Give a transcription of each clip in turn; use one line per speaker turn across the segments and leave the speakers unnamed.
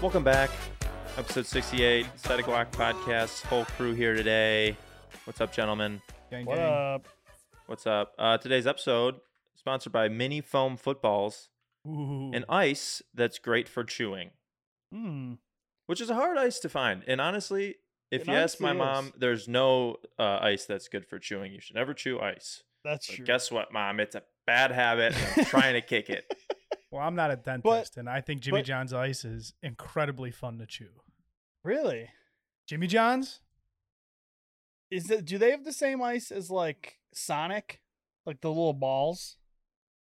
Welcome back. Episode 68, Static Walk Podcast. Whole crew here today. What's up, gentlemen?
Gang,
What
gang.
up?
What's up? Uh, today's episode sponsored by mini foam footballs
Uh,
Ooh.
and uh, ice that's great for chewing,
Mm.
which is a hard ice to find. And honestly, if
It
you ask my
honestly
mom,
is.
there's no uh, ice that's good for chewing. You should never chew ice.
that's
But
true.
guess what, mom? It's a bad habit. and I'm trying to kick it.
Well, I'm not a dentist, and I think Jimmy
but-
John's ice is incredibly fun to chew.
really?
Jimmy John's?
Is that do they have the same ice as like Sonic? Like the little balls?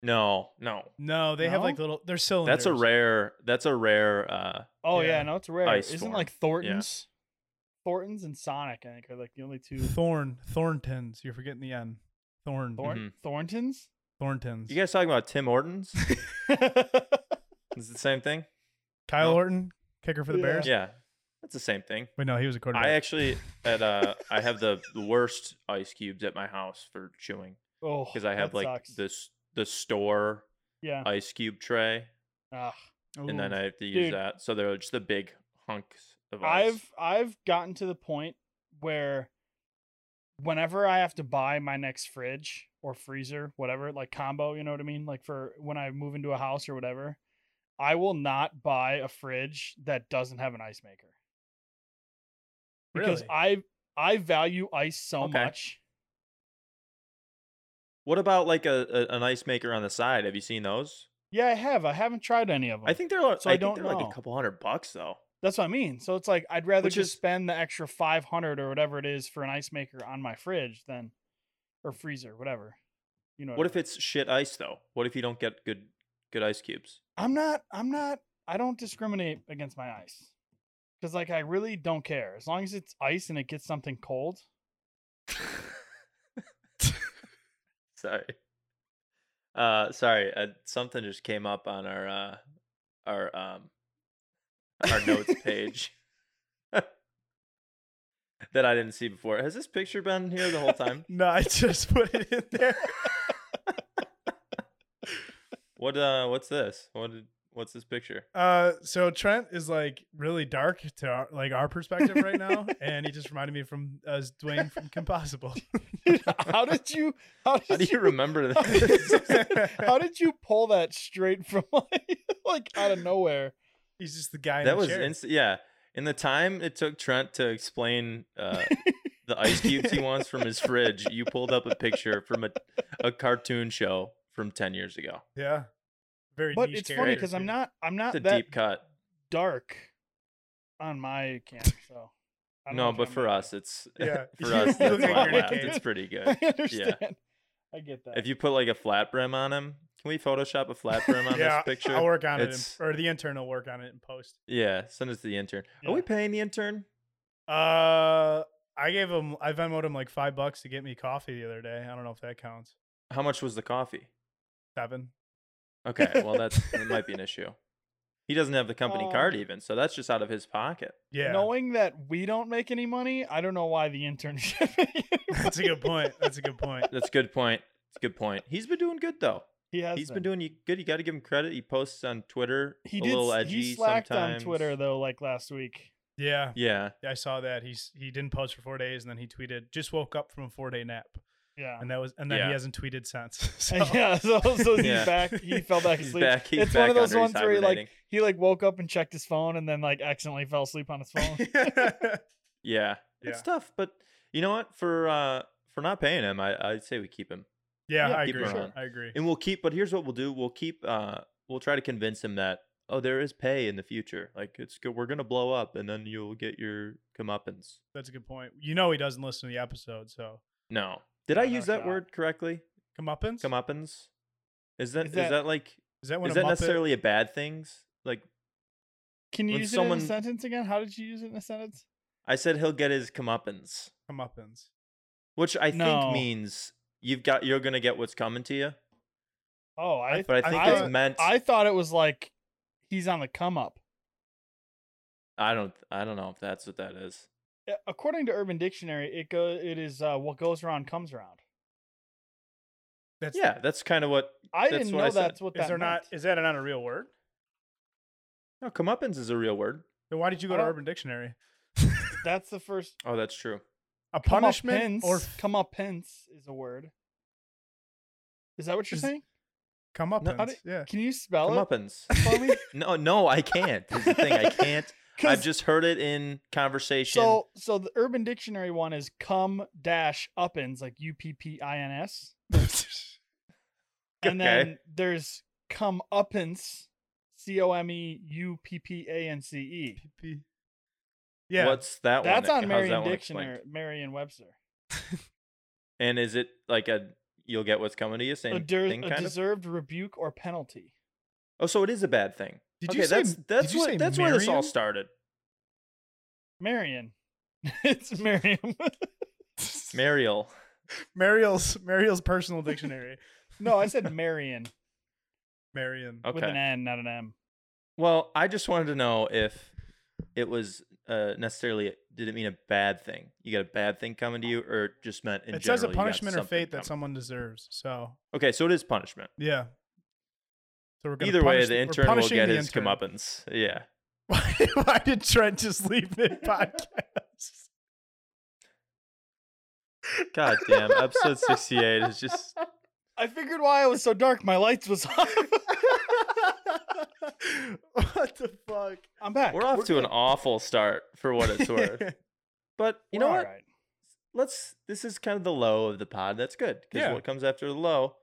No, no.
No, they have like
No?
little. They're cylinders.
That's a rare. That's a rare. Uh,
Oh yeah,
Yeah.
no, it's rare.
Ice
Isn't
form.
like Thornton's? Thornton's and Sonic, I think, are like the only two
Thorn Thorntons. You're forgetting the N. Thorn
Thorn
Mm-hmm.
Thornton's?
Thorntons.
you guys talking about Tim Hortons? Is it the same thing?
Kyle
No.
Horton, kicker for the
Yeah.
Bears.
Yeah, that's the same thing.
Wait, no, he was a quarterback.
I actually at uh I have the the worst ice cubes at my house for chewing
oh,
because I have
that
like
sucks.
this the store
Yeah.
ice cube tray
Ugh.
and then
Ooh.
I have to use
Dude.
that. So they're just the big hunks of ice.
I've I've gotten to the point where whenever I have to buy my next fridge or freezer, whatever, like combo, you know what I mean? Like for when I move into a house or whatever, I will not buy a fridge that doesn't have an ice maker. Because
Really?
I I value ice so
Okay.
much.
What about like a, a an ice maker on the side? Have you seen those?
Yeah, I have. I haven't tried any of them.
I think they're like
So
I,
I
think
don't
they're like
know.
a couple hundred bucks though.
that's what I mean. So it's like I'd rather
Which
just
is-
spend the extra 500 or whatever it is for an ice maker on my fridge than or freezer, whatever. You know
What
I
if
mean?
it's shit ice though? What if you don't get good good ice cubes?
I'm not. I'm not. I don't discriminate against my ice, because like I really don't care as long as it's ice and it gets something cold.
sorry. Uh, sorry. Uh, something just came up on our uh, our um, our notes page that I didn't see before. Has this picture been here the whole time?
no, I just put it in there.
What uh, what's this? What did, what's this picture?
Uh, so Trent is like really dark to our, like our perspective right now, and he just reminded me from as Dwayne from Compossible.
how did you? How did
How do you remember this?
how did you pull that straight from like, like out of nowhere?
He's just the guy. in
that
the
was
chair.
instant. Yeah, in the time it took Trent to explain uh, the ice cubes he wants from his fridge, you pulled up a picture from a a cartoon show from ten years ago.
Yeah. Very
But
niche
it's funny because
characters,
I'm
dude.
not. I'm not
It's a
that
deep cut.
dark on my camera. So I don't know
No,
if
but
I'm
for
making-
us, it's
Yeah.
for
You
us.
look
That's
like
why I
you're
laughed.
naked.
It's pretty good.
I understand. I get that.
If you put like a flat brim on him, can we Photoshop a flat brim on
yeah,
this picture?
I'll work on it, in,
It's-
or the intern will work on it in post.
yeah, send it to the intern. Are we
Yeah.
paying the intern?
Uh, I gave him, I Venmoed him like five bucks to get me coffee the other day. I don't know if that counts.
How much was the coffee?
Seven.
Okay, well that's that might be an issue. He doesn't have the company
Um,
card even, so that's just out of his pocket.
Yeah,
knowing that we don't make any money, I don't know why the internship. make any
that's a
money.
good point. That's a good point.
That's a good point. It's a good point. He's been doing good though.
He has
He's been doing you good. You got to give him credit. He posts on Twitter.
He
a
did.
little
s-
edgy
he slacked
sometimes.
on Twitter though, like last week.
Yeah,
Yeah,
I saw that. He's he didn't post for four days, and then he tweeted, "Just woke up from a four day nap,"
Yeah.
and that was, and then
Yeah.
he hasn't tweeted since. So,
yeah. So, so he's
Yeah.
back. He fell back
he's
asleep.
back. He's
it's
back
one of those
under. He's
ones where he like
hibernating.
he like woke up and checked his phone and then like accidentally fell asleep on his phone.
Yeah.
Yeah.
It's tough, but you know what? For uh for not paying him, I I'd say we keep him.
yeah,
Yeah,
I
keep
agree.
him around.
I agree.
And we'll keep but here's what we'll do. We'll keep uh we'll try to convince him that oh there is pay in the future. Like it's good we're going to blow up and then you'll get your comeuppance.
That's a good point. You know he doesn't listen to the episode, so
No. Did I
No, no
use that
shot.
word correctly?
comeuppance.
Comeuppance? Is that
Is
is
that-
that like
Is that when
is
a
that
Muppet-
necessarily a bad thing? Like
Can you
When
use
someone-
it in a sentence again? How did you use it in a sentence?
I said he'll get his comeuppance,
comeuppance?
which I
No.
think means you've got you're going to get what's coming to you.
Oh, I
I-
I,
But I think
I-
it's meant
thought it was like he's on the come up.
I don't I don't know if that's what that is.
Uh, According to Urban Dictionary, it go it is uh, what goes around comes around.
That's
Yeah, that's kind of what
I
That's
didn't
what
know
I said.
that's what
Is
that
there not?
meant.
Is that not a real word?
No, comeuppance is a real word.
Then why did you go to
Uh,
Oh.
Urban Dictionary?
That's the first
Oh, that's true.
come
A
up
punishment
pence-
or
come up pence is a word. Is that what you're
Is-
saying?
come up?
No,
how do-
yeah.
Can you spell it?
Comeuppance.
for me?
No, no, I can't. Is the thing I can't.
'Cause-
I've just heard it in conversation.
so so the Urban Dictionary one is come dash uppins like U P P I N S, and
Okay.
then there's come uppins, C O M E U P P A N C E.
PP. Yeah.
What's that
That's
one?
on
How's that
Merriam
one
Dictionary,
explained?
Merriam Webster.
And is it like a you'll get what's coming to you same
A, der-
thing
a
kind of?
deserved rebuke or penalty.
Oh, so it is a bad thing.
Did
okay,
you say,
that's that's
did you
what
say
that's where this all
Merriam?
started.
Marion. it's Merriam.
Mariel.
Mariel's Mariel's personal dictionary.
no, I said Marion
Marion.
with an
Okay.
N, not an M.
Well, I just wanted to know if it was uh, necessarily did it mean a bad thing? You got a bad thing coming to you, or it just meant in
Oh. it says a
general, you got
punishment or
something
fate that
coming?
someone deserves. So
Okay, so it is punishment.
yeah. So we're gonna
Either way,
punish-
the
we're
intern will
punishing
get
the
his
intern.
comeuppance. Yeah.
Why, why did Trent just leave mid podcast?
God damn, episode 68 is just
I figured why it was so dark. My lights was off.
what the fuck?
I'm back.
we're off to an awful start for what it's worth. But you know
We're
what?
alright.
Let's this is kind of the low of the pod. That's good. Because
Yeah.
what comes after the low?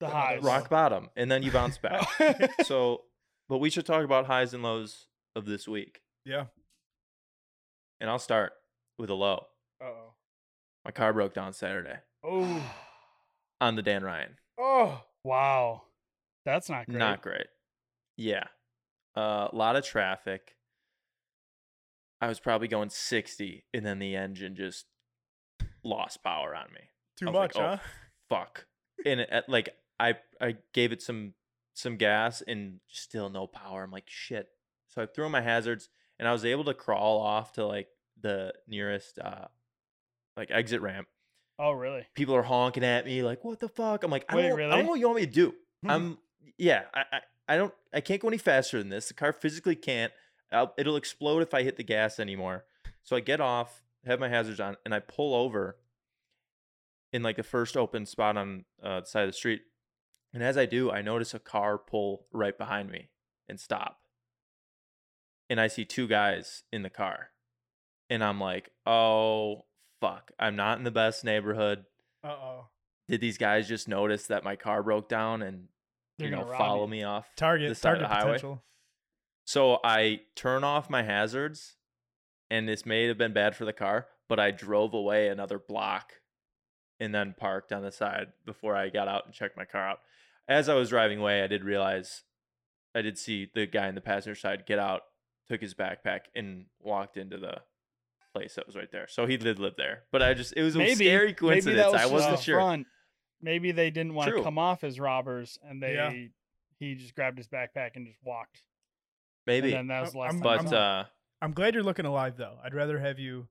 The
Another
highs.
Rock bottom. And then you bounce back.
Oh.
so but we should talk about highs and lows of this week.
Yeah.
And I'll start with a low.
Uh-oh.
My car broke down Saturday
Oh.
on the Dan Ryan.
Oh. Wow. That's not great.
Not great. Yeah. A lot of traffic. I was probably going 60, and then the engine just lost power on me.
Too
I was
much,
like, oh,
huh?
Fuck. And it, at- like I I gave it some some gas and still no power. I'm like shit. So I threw in my hazards and I was able to crawl off to like the nearest uh like exit ramp
Oh, really?
people are honking at me like what the fuck i'm like i,
Wait,
don't, I
really?
don't know what you want me to do
Hmm.
i'm yeah I, I i don't i can't go any faster than this the car physically can't I'll, it'll explode if i hit the gas anymore so i get off have my hazards on and i pull over in like the first open spot on uh, the side of the street and as i do i notice a car pull right behind me and stop and i see two guys in the car and i'm like oh fuck i'm not in the best neighborhood
Uh oh.
did these guys just notice that my car broke down and
They're
you know
gonna rob
follow
you.
me off
Target.
side of
Target
the highway.
potential.
so i turn off my hazards and this may have been bad for the car but i drove away another block and then parked on the side before i got out and checked my car out as i was driving away i did realize i did see the guy in the passenger side get out took his backpack and walked into the place that was right there so he did live there but i just it was a
Maybe-
scary
Maybe
coincidence
that was
i
just
wasn't
a
sure
front. Maybe they didn't want
True.
to come off as robbers, and they
Yeah.
he just grabbed his backpack and just walked.
maybe
And then that was the last time
I'm-
but
they
I'm-
saw him.
uh
I'm glad you're looking alive though. I'd rather have you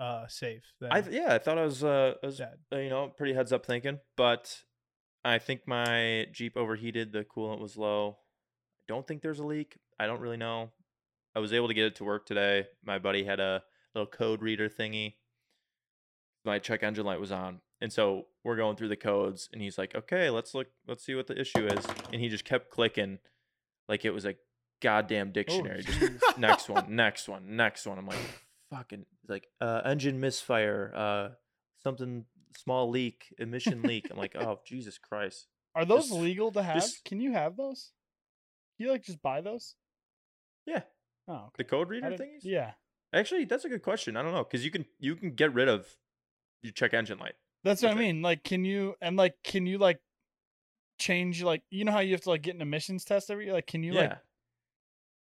uh safe than
I th- yeah, I thought I was uh, I was
dead.
uh, you know pretty heads up thinking, but I think my Jeep overheated. The coolant was low. I don't think there's a leak. I don't really know. I was able to get it to work today. My buddy had a little code reader thingy. My check engine light was on, and so we're going through the codes, and he's like, "Okay, let's look. Let's see what the issue is." And he just kept clicking, like it was a goddamn dictionary. just
Oh, jeez.
next one, next one, next one. I'm like, fucking it's like uh engine misfire, uh something small leak, emission leak. I'm like, oh Jesus Christ.
Are those
Just-
legal to have?
just-
Can you have those? Can you like just buy those?
Yeah.
Oh,
The code
okay.
reader
I didn't-
things?
Yeah,
Actually, that's a good question. I don't know. Cause you can you can get rid of your check engine light.
that's what I
Okay.
mean. Like, can you and like can you like change like you know how you have to like get an emissions test every year? Like, can you like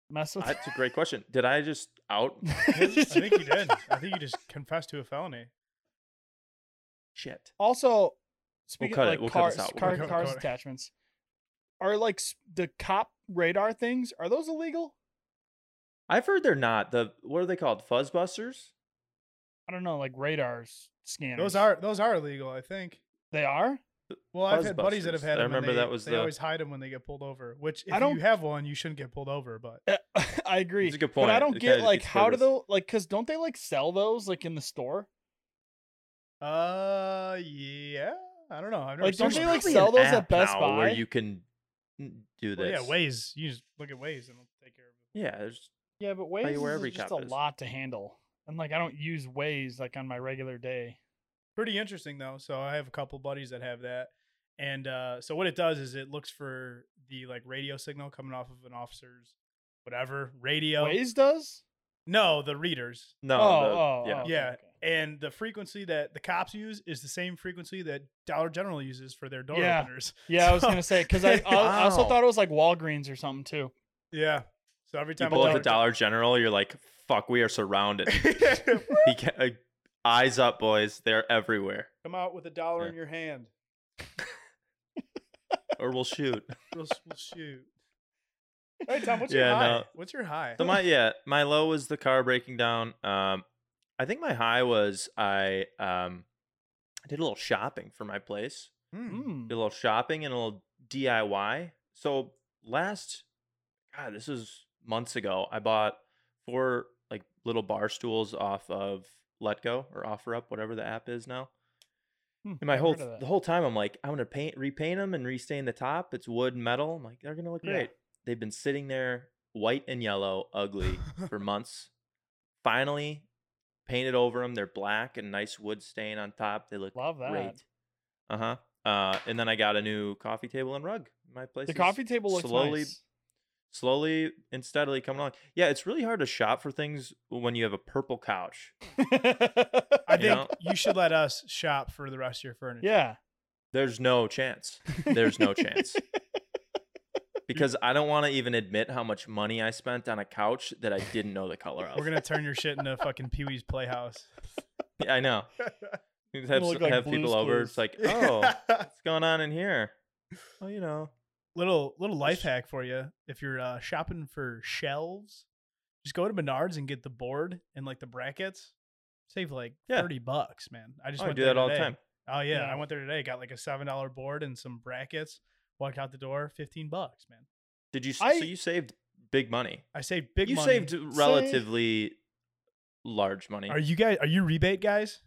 mess with?
that's a great question. Did I just out
I think you did. I think you just confessed to a felony.
shit?
Also, speaking
cut it.
of like
We'll cut
cars,
this out. We'll
car,
cut it.
cars
Cut it.
attachments, are like s- the cop radar things? Are those illegal?
I've heard they're not. The what are they called? Fuzzbusters?
I don't know, like radars scanners.
Those are those are illegal, I think.
they are.
Well, I've had buddies that have
Fuzzbusters.
had
I
them. and
remember
they,
that was
they
the-
always hide them when they get pulled over. Which if
I don't-
you have one, you shouldn't get pulled over. But
Uh, I agree.
It's a good
But
point.
I don't
It
get
kinda
like
defeats
how do
purpose.
those like because don't they like sell those like in the store?
uh, yeah, I don't know. I've never
Like, don't
seen
they,
one.
like, sell those at Best
now
Buy?
where you can do
Well,
this.
yeah, Waze. You just look at Waze and it'll take care of it.
Yeah, there's
Yeah, but
you
Waze
where
is
every
just a
cop is.
lot to handle, and like I don't use Waze like on my regular day.
Pretty interesting though. So I have a couple buddies that have that, and uh, so what it does is it looks for the like radio signal coming off of an officer's whatever radio.
Waze does.
No, the readers.
no.
oh,
the-
oh,
yeah.
oh, okay,
Yeah.
okay.
and the frequency that the cops use is the same frequency that Dollar General uses for their door
Yeah.
openers.
Yeah, I was gonna say because I, I I also
Wow.
thought it was like Walgreens or something too.
Yeah. So every
You
time a
pull up the
Dollar
Dollar General, you're like, "Fuck, we are surrounded."
Gen-
He ca- uh, eyes up, boys. They're everywhere,
come out with a dollar
Yeah.
in your hand.
or we'll shoot.
We'll, s- we'll shoot. Hey Tom, what's your
Yeah,
high?
no.
What's your high?
So my yeah, my low was the car breaking down. Um, I think my high was I um, I did a little shopping for my place.
Hmm.
Mm.
Did a little shopping and a little DIY. So last, God, this is months ago. I bought four like little bar stools off of Letgo or OfferUp, whatever the app is now.
Hmm,
And my
I've
whole
heard of that.
the whole time, I'm like, I'm gonna paint, repaint them, and restain the top. It's wood, and metal. I'm like, they're gonna look
Yeah.
great. They've been sitting there, white and yellow, ugly for months. Finally, painted over them. They're black and nice wood stain on top. They look
Love that.
great. Uh huh. Uh, and then I got a new coffee table and rug. My place.
the
is
coffee table looks
slowly-
nice.
slowly and steadily coming along. Yeah, it's really hard to shop for things when you have a purple couch.
I
you
think
know?
you should let us shop for the rest of your furniture.
yeah,
There's no chance. There's no chance. Because I don't want to even admit how much money I spent on a couch that I didn't know the color of.
We're gonna turn your shit into fucking Pee Wee's Playhouse.
I know. You Have,
look
s-
like
have people
Blue's
over.
Clues.
It's like, oh, what's going on in here? Well, you know,
little little life
Just-
hack for you if you're uh, shopping for shelves just go to menards and get the board and like the brackets save like
Yeah.
30 bucks man i just
oh, I
went
do
there
that all the
today.
time.
oh yeah,
Yeah.
i went there today got like a seven dollar board and some brackets walked out the door 15 bucks man
Did you? s
I-
so you saved big money.
i saved big
you
money
saved relatively large money.
are you guys are you rebate guys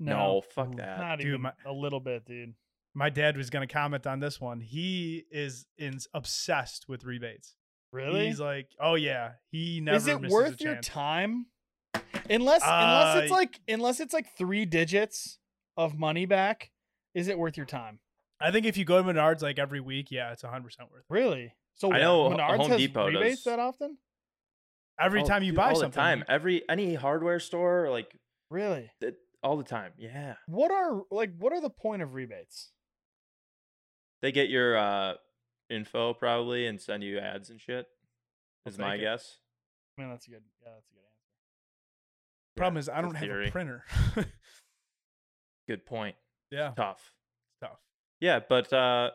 no,
no,
fuck that.
not
Dude,
even
my-
a little bit, dude.
my dad was gonna comment on this one he is in, obsessed with rebates
Really?
he's like oh yeah he never
is it
misses a
worth your
chance.
time unless unless it's
Uh,
like unless it's like three digits of money back is it worth your time
i think if you go to menards like every week yeah it's 100% worth it.
really so
I know Ho-
Menards
Home
has
Depot
rebates
does.
that often
Every
Oh,
time you
dude,
buy
all
something,
the time, every any hardware store, like
really
it, all the time. Yeah,
what are like what are the point of rebates
they get your uh, info probably and send you ads and shit.
I'll
Is my
take it.
guess.
i mean that's a good yeah that's a good answer
Yeah,
problem is
it's
I don't have
theory.
a printer.
Good point.
yeah,
Tough.
tough.
Yeah, but uh,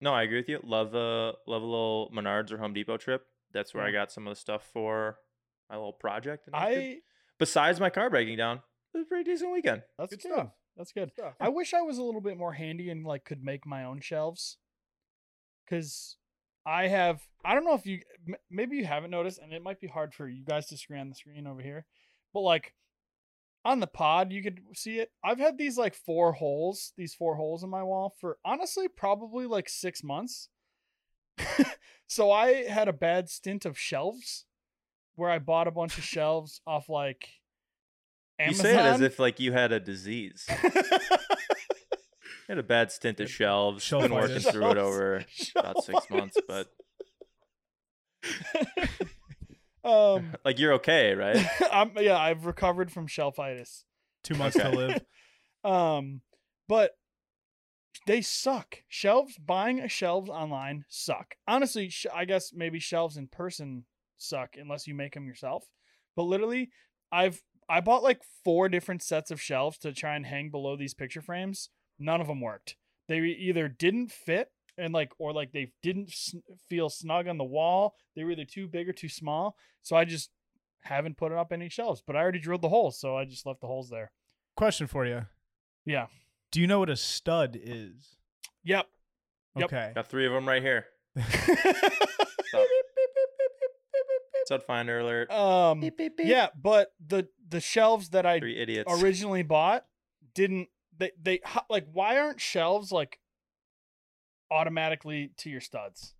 no, I agree with you. Love a love a little Menards or Home Depot trip. That's where I
Yeah.
got some of the stuff for my little project. and that was good.
i
besides my car breaking down, it was a pretty decent weekend.
that's good,
Good stuff.
that's good
Tough.
i wish i was a little bit more handy and like could make my own shelves because i have i don't know if you m- maybe you haven't noticed and it might be hard for you guys to see on the screen over here but like on the pod you could see it i've had these like four holes these four holes in my wall for honestly probably like six months so i had a bad stint of shelves where i bought a bunch of shelves off like amazon
You say it as if like you had a disease. you had a bad stint at shelves.
Shelf
been working
virus.
through it
Shelves.
over about six months, but
um
like you're okay, right?
I'm, yeah i've recovered from shelfitis
Two months to
Okay.
live.
um but they suck shelves buying shelves online suck honestly sh- i guess maybe shelves in person suck unless you make them yourself but literally i've i bought like four different sets of shelves to try and hang below these picture frames none of them worked they e, either didn't fit and like or like they didn't sn- feel snug on the wall they were either too big or too small so i just haven't put up any shelves but i already drilled the holes so i just left the holes there
Question for you:
yeah
Do you know what a stud is?
Yep. Yep.
Okay.
Got three of them right here. Stud finder alert.
um yeah, but the the shelves that I
Three idiots.
originally bought didn't they they ho- like why aren't shelves like automatically to your studs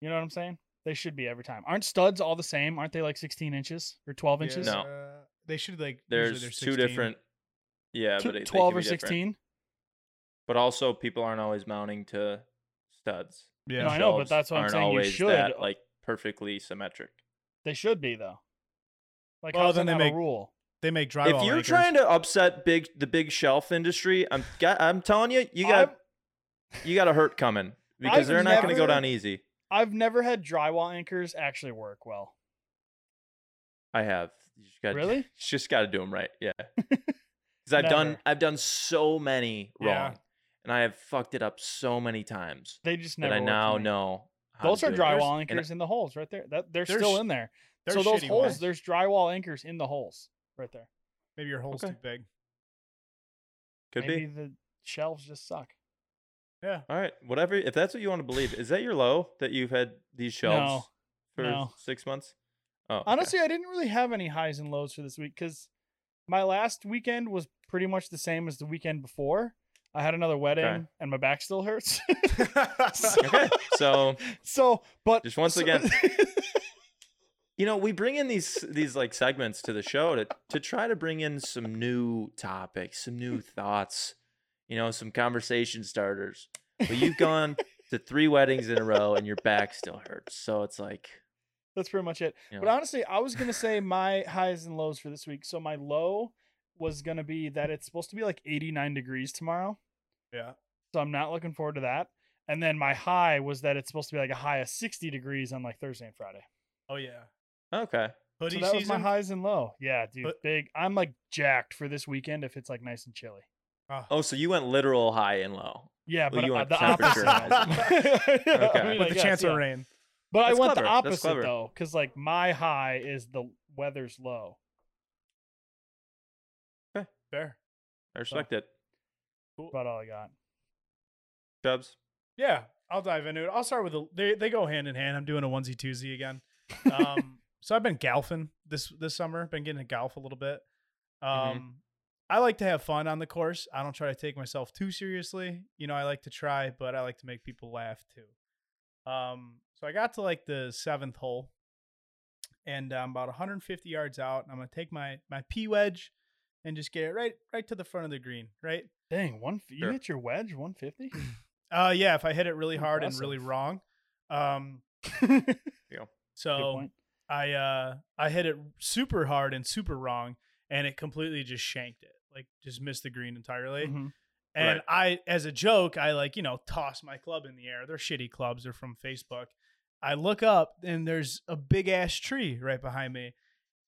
you know what i'm saying they should be every time aren't studs all the same aren't they like 16 inches or 12 inches
No.
Uh, they should like. usually they're
There's two
16.
different. Yeah,
Two-
but it, they
12
can
or
be different.
16
But also, people aren't always mounting to studs.
Yeah.
No, I know, but
Shelves
that's what I'm
aren't
saying, you
always
should. uh,
that, like perfectly symmetric.
they should be though like
Well,
how's
then
that
they
not
make-
a rule
They make drywall.
if you're
anchors.
trying to upset big the big shelf industry, I'm got, I'm telling you, you got
I've-
you got a hurt coming because
I've
they're not going to go
never-
down easy.
I've never had drywall anchors actually work well
I have. You just gotta,
Really?
Just got to do them right. Yeah. Because I've done
Never.
I've done so many wrong,
Yeah.
and I have fucked it up so many times
they just
that
never
I
work for
now
me.
know. how to
those are
do it.
drywall
And-
anchors in the holes right there that they're
They're
still
sh-
in there
They're
so those
shitty
holes
ones.
there's drywall anchors in the holes right there
Maybe your hole's
Okay.
too big.
Could
Maybe
be.
the shelves just suck.
Yeah.
All right. Whatever. If that's what you want to believe, is that your low that you've had these shelves for
no.
six months? Oh, okay.
Honestly, I didn't really have any highs and lows for this week because my last weekend was pretty much the same as the weekend before. I had another wedding and my back still hurts. so,
Okay. So
so, but
Just once
so-
again. you know, we bring in these these like segments to the show to to try to bring in some new topics, some new thoughts, you know, some conversation starters. But you've gone to three weddings in a row and your back still hurts. So it's like,
that's pretty much it.
you know,
But honestly, I was gonna say my highs and lows for this week. So my low was gonna be that it's supposed to be like 89 degrees tomorrow.
Yeah.
So I'm not looking forward to that. And then my high was that it's supposed to be like a high of 60 degrees on like Thursday and Friday.
Oh yeah.
okay.
Hoodie
so that
season.
was my highs and low. Yeah, dude,
But-
big. I'm like jacked for this weekend if it's like nice and chilly.
Ah.
Oh, so you went literal high and low.
Yeah,
Well,
but
you
uh,
want
the
temperature
opposite.
Okay.
I
But
mean,
With
I
the
guess,
chance
yeah.
of rain.
But I
That's
went the
clever. That's
opposite
clever.
though, because like my high is the weather's low.
Fair.
Oh.
I respect it.
About all I got.
Chubbs.
Yeah, I'll dive into it. I'll start with the they they go hand in hand. I'm doing a onesie twosie again. Um, so I've been golfing this this summer. Been getting to golf a little bit. Um,
Mhm.
I like to have fun on the course. I don't try to take myself too seriously. You know, I like to try, but I like to make people laugh too. Um, so I got to like the seventh hole, and uh, I'm about 150 yards out, and I'm gonna take my my p wedge, and just get it right right to the front of the green, right.
Dang, one. f- You
Sure.
hit your wedge 150.
Uh, yeah, if I hit it really hard and really
Impressive.
wrong, um,
Yeah.
Good
So
point.
I uh I hit it super hard and super wrong, and it completely just shanked it, like just missed the green entirely.
Mhm.
And I, as a joke, I like you know toss my club in the air. They're shitty clubs. They're from Facebook. I look up and there's a big ass tree right behind me.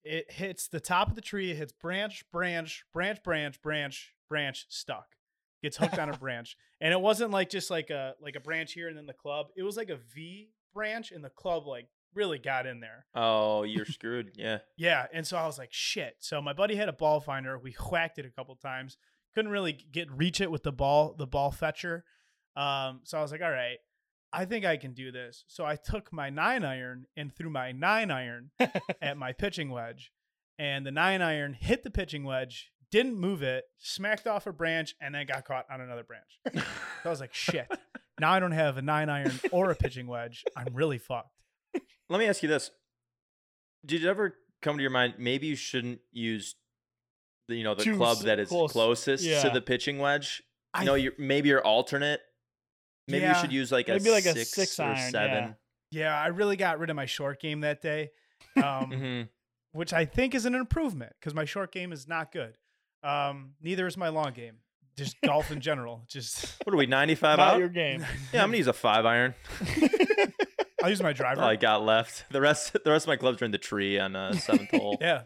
It hits the top of the tree. It hits branch, branch, branch, branch, branch, branch, stuck. Gets hooked on a branch, and it wasn't like just like a like a branch here and then the club. It was like a V branch, and the club like really got in there.
Oh, you're screwed. Yeah.
Yeah, and so I was like, shit. So my buddy had a ball finder. We whacked it a couple times. Couldn't really get reach it with the ball, the ball fetcher. Um, so I was like, all right, I think I can do this. So I took my nine iron and threw my nine iron at my pitching wedge, and the nine iron hit the pitching wedge, didn't move it, smacked off a branch, and then got caught on another branch. So I was like, shit. Now I don't have a nine iron or a pitching wedge. I'm really fucked.
Let me ask you this: Did it ever come to your mind maybe you shouldn't use, the, you know, the
Too
club
s-
that is
close.
closest to
Yeah.
the pitching wedge?
I
no, you're maybe your alternate. Maybe you should
Yeah.
use like a
Maybe like a
six,
six
or
iron,
seven.
Yeah, I really got rid of my short game that day, um,
Mhm.
which I think is an improvement because my short game is not good. Um, neither is my long game. Just golf in general. Just
What are we? Ninety-five
Not
out.
your game.
Yeah, I'm gonna use a five iron.
I'll use my
That's
driver.
all I got left. The rest, the rest of my clubs are in the tree on uh, seventh hole.
yeah.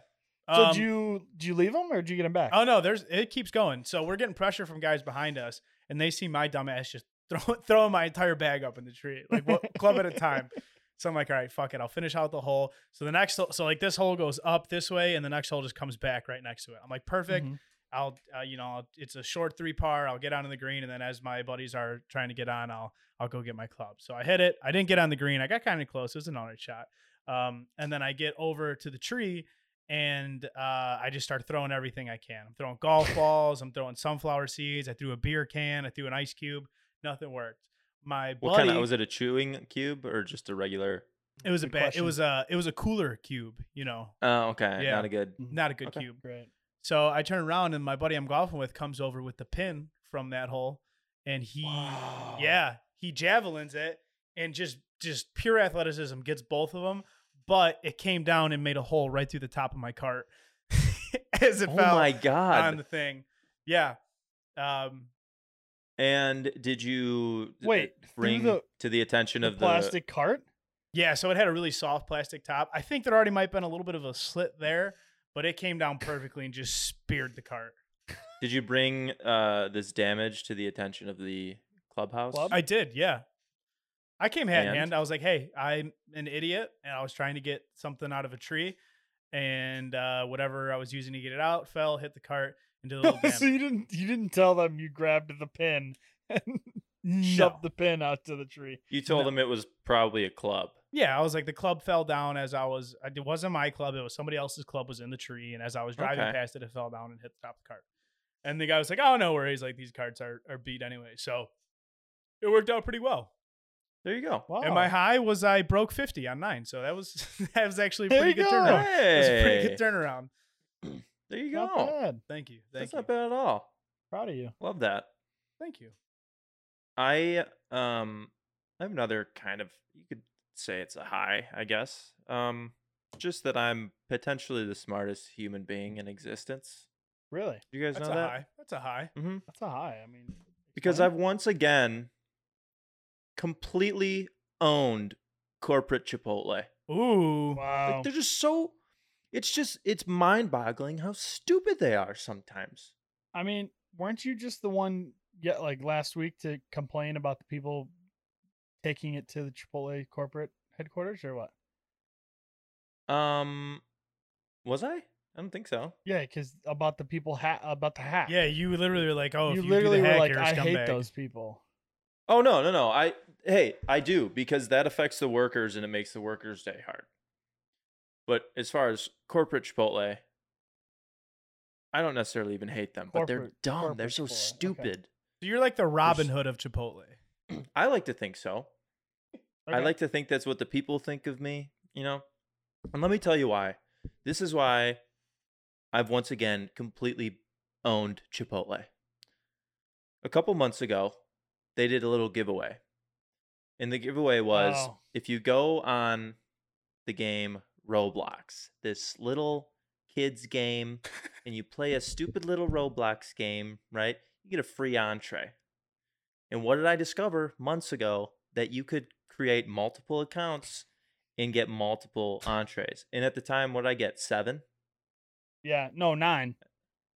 So
Um,
do you do you leave them or do you get them back?
Oh no, there's it keeps going. So we're getting pressure from guys behind us, and they see my dumb ass just throw, throwing my entire bag up in the tree, like what, club at a time. So I'm like, all right, fuck it, I'll finish out the hole. So the next, hole- so like this hole goes up this way, and the next hole just comes back right next to it. I'm like, perfect.
Mhm.
I'll uh, you know I'll, it's a short three par. I'll get on the green, and then as my buddies are trying to get on, I'll I'll go get my club. So I hit it. I didn't get on the green. I got kind of close. It was an alright shot. Um, and then I get over to the tree, and uh, I just start throwing everything I can. I'm throwing golf balls. I'm throwing sunflower seeds. I threw a beer can. I threw an ice cube. Nothing worked. My buddy,
What kind of was it? A chewing cube or just a regular?
it was a
Good
bad, it
question.
was a it was a cooler cube. You know,
Oh, okay,
Yeah.
not a good.
not a good
Okay.
cube.
Great.
So I turn around and my buddy I'm golfing with comes over with the pin from that hole, and he, yeah, he javelins it and just just pure athleticism gets both of them, but it came down and made a hole right through the top of my cart as it
Oh
fell
my
on
god!
the thing. Yeah, um,
and did you uh,
Wait, through
bring
the-
to the attention
The
of the
plastic cart.
yeah. So it had a really soft plastic top. I think there already might have been a little bit of a slit there, but it came down perfectly and just speared the cart.
Did you bring uh, this damage to the attention of the clubhouse?
Club?
I did, yeah. I came hand in
And?
hand. I was like, "Hey, I'm an idiot, and I was trying to get something out of a tree, and uh, whatever I was using to get it out fell, hit the cart, and did a little damage."
so you didn't you didn't tell them you grabbed the pin and
No.
shoved the pin out to the tree.
You told them it was probably a club.
Yeah, I was like, the club fell down as I was. I- It wasn't my club; it was somebody else's club was in the tree, and as I was driving
Okay.
past it, it fell down and hit the top of the cart. And the guy was like, "Oh no worries, like these carts are are beat anyway." So it worked out pretty well.
There you go.
Wow.
And my high was I broke fifty on nine, so that was that was actually a
There
pretty
you
good
go.
turnaround. It's a pretty
Hey,
good turnaround.
there you
Not
go.
bad.
Thank you. Thank
That's
you.
not bad at all.
Proud of you.
Love that.
Thank you.
I um I have another kind of you could say it's a high, I guess. Um just that I'm potentially the smartest human being in existence.
Really?
Do you guys
That's a
know that?
high. That's a high.
Mm-hmm.
That's a high. I mean,
Because I've
explain.
once again completely owned corporate Chipotle.
Ooh.
wow.
Like they're just so it's just it's mind-boggling how stupid they are sometimes.
I mean, weren't you just the one yet like last week to complain about the people taking it to the Chipotle corporate headquarters or what?
Um was I? I don't think so.
Yeah, because about the people ha- about the hack.
Yeah, you literally were like, oh,
you
if
literally
you do
were
the hack,
like,
you're a
I hate
scumbag."
those people.
Oh no, no, no. I hey, I do because that affects the workers and it makes the workers' day hard. But as far as corporate Chipotle, I don't necessarily even hate them, but they're
Corporate-
dumb. They're
corporate
so
Chipotle, okay.
stupid.
So you're like the Robin
There's-
Hood of Chipotle.
I like to think so. I
Okay.
like to think that's what the people think of me, you know? And let me tell you why. This is why I've once again completely owned Chipotle. A couple months ago, they did a little giveaway. And the giveaway was
Oh.
if you go on the game Roblox, this little kids game, and you play a stupid little Roblox game, right? You get a free entree. And what did I discover months ago? That you could create multiple accounts and get multiple entrees. And at the time, what did I get? Seven?
Yeah, no nine,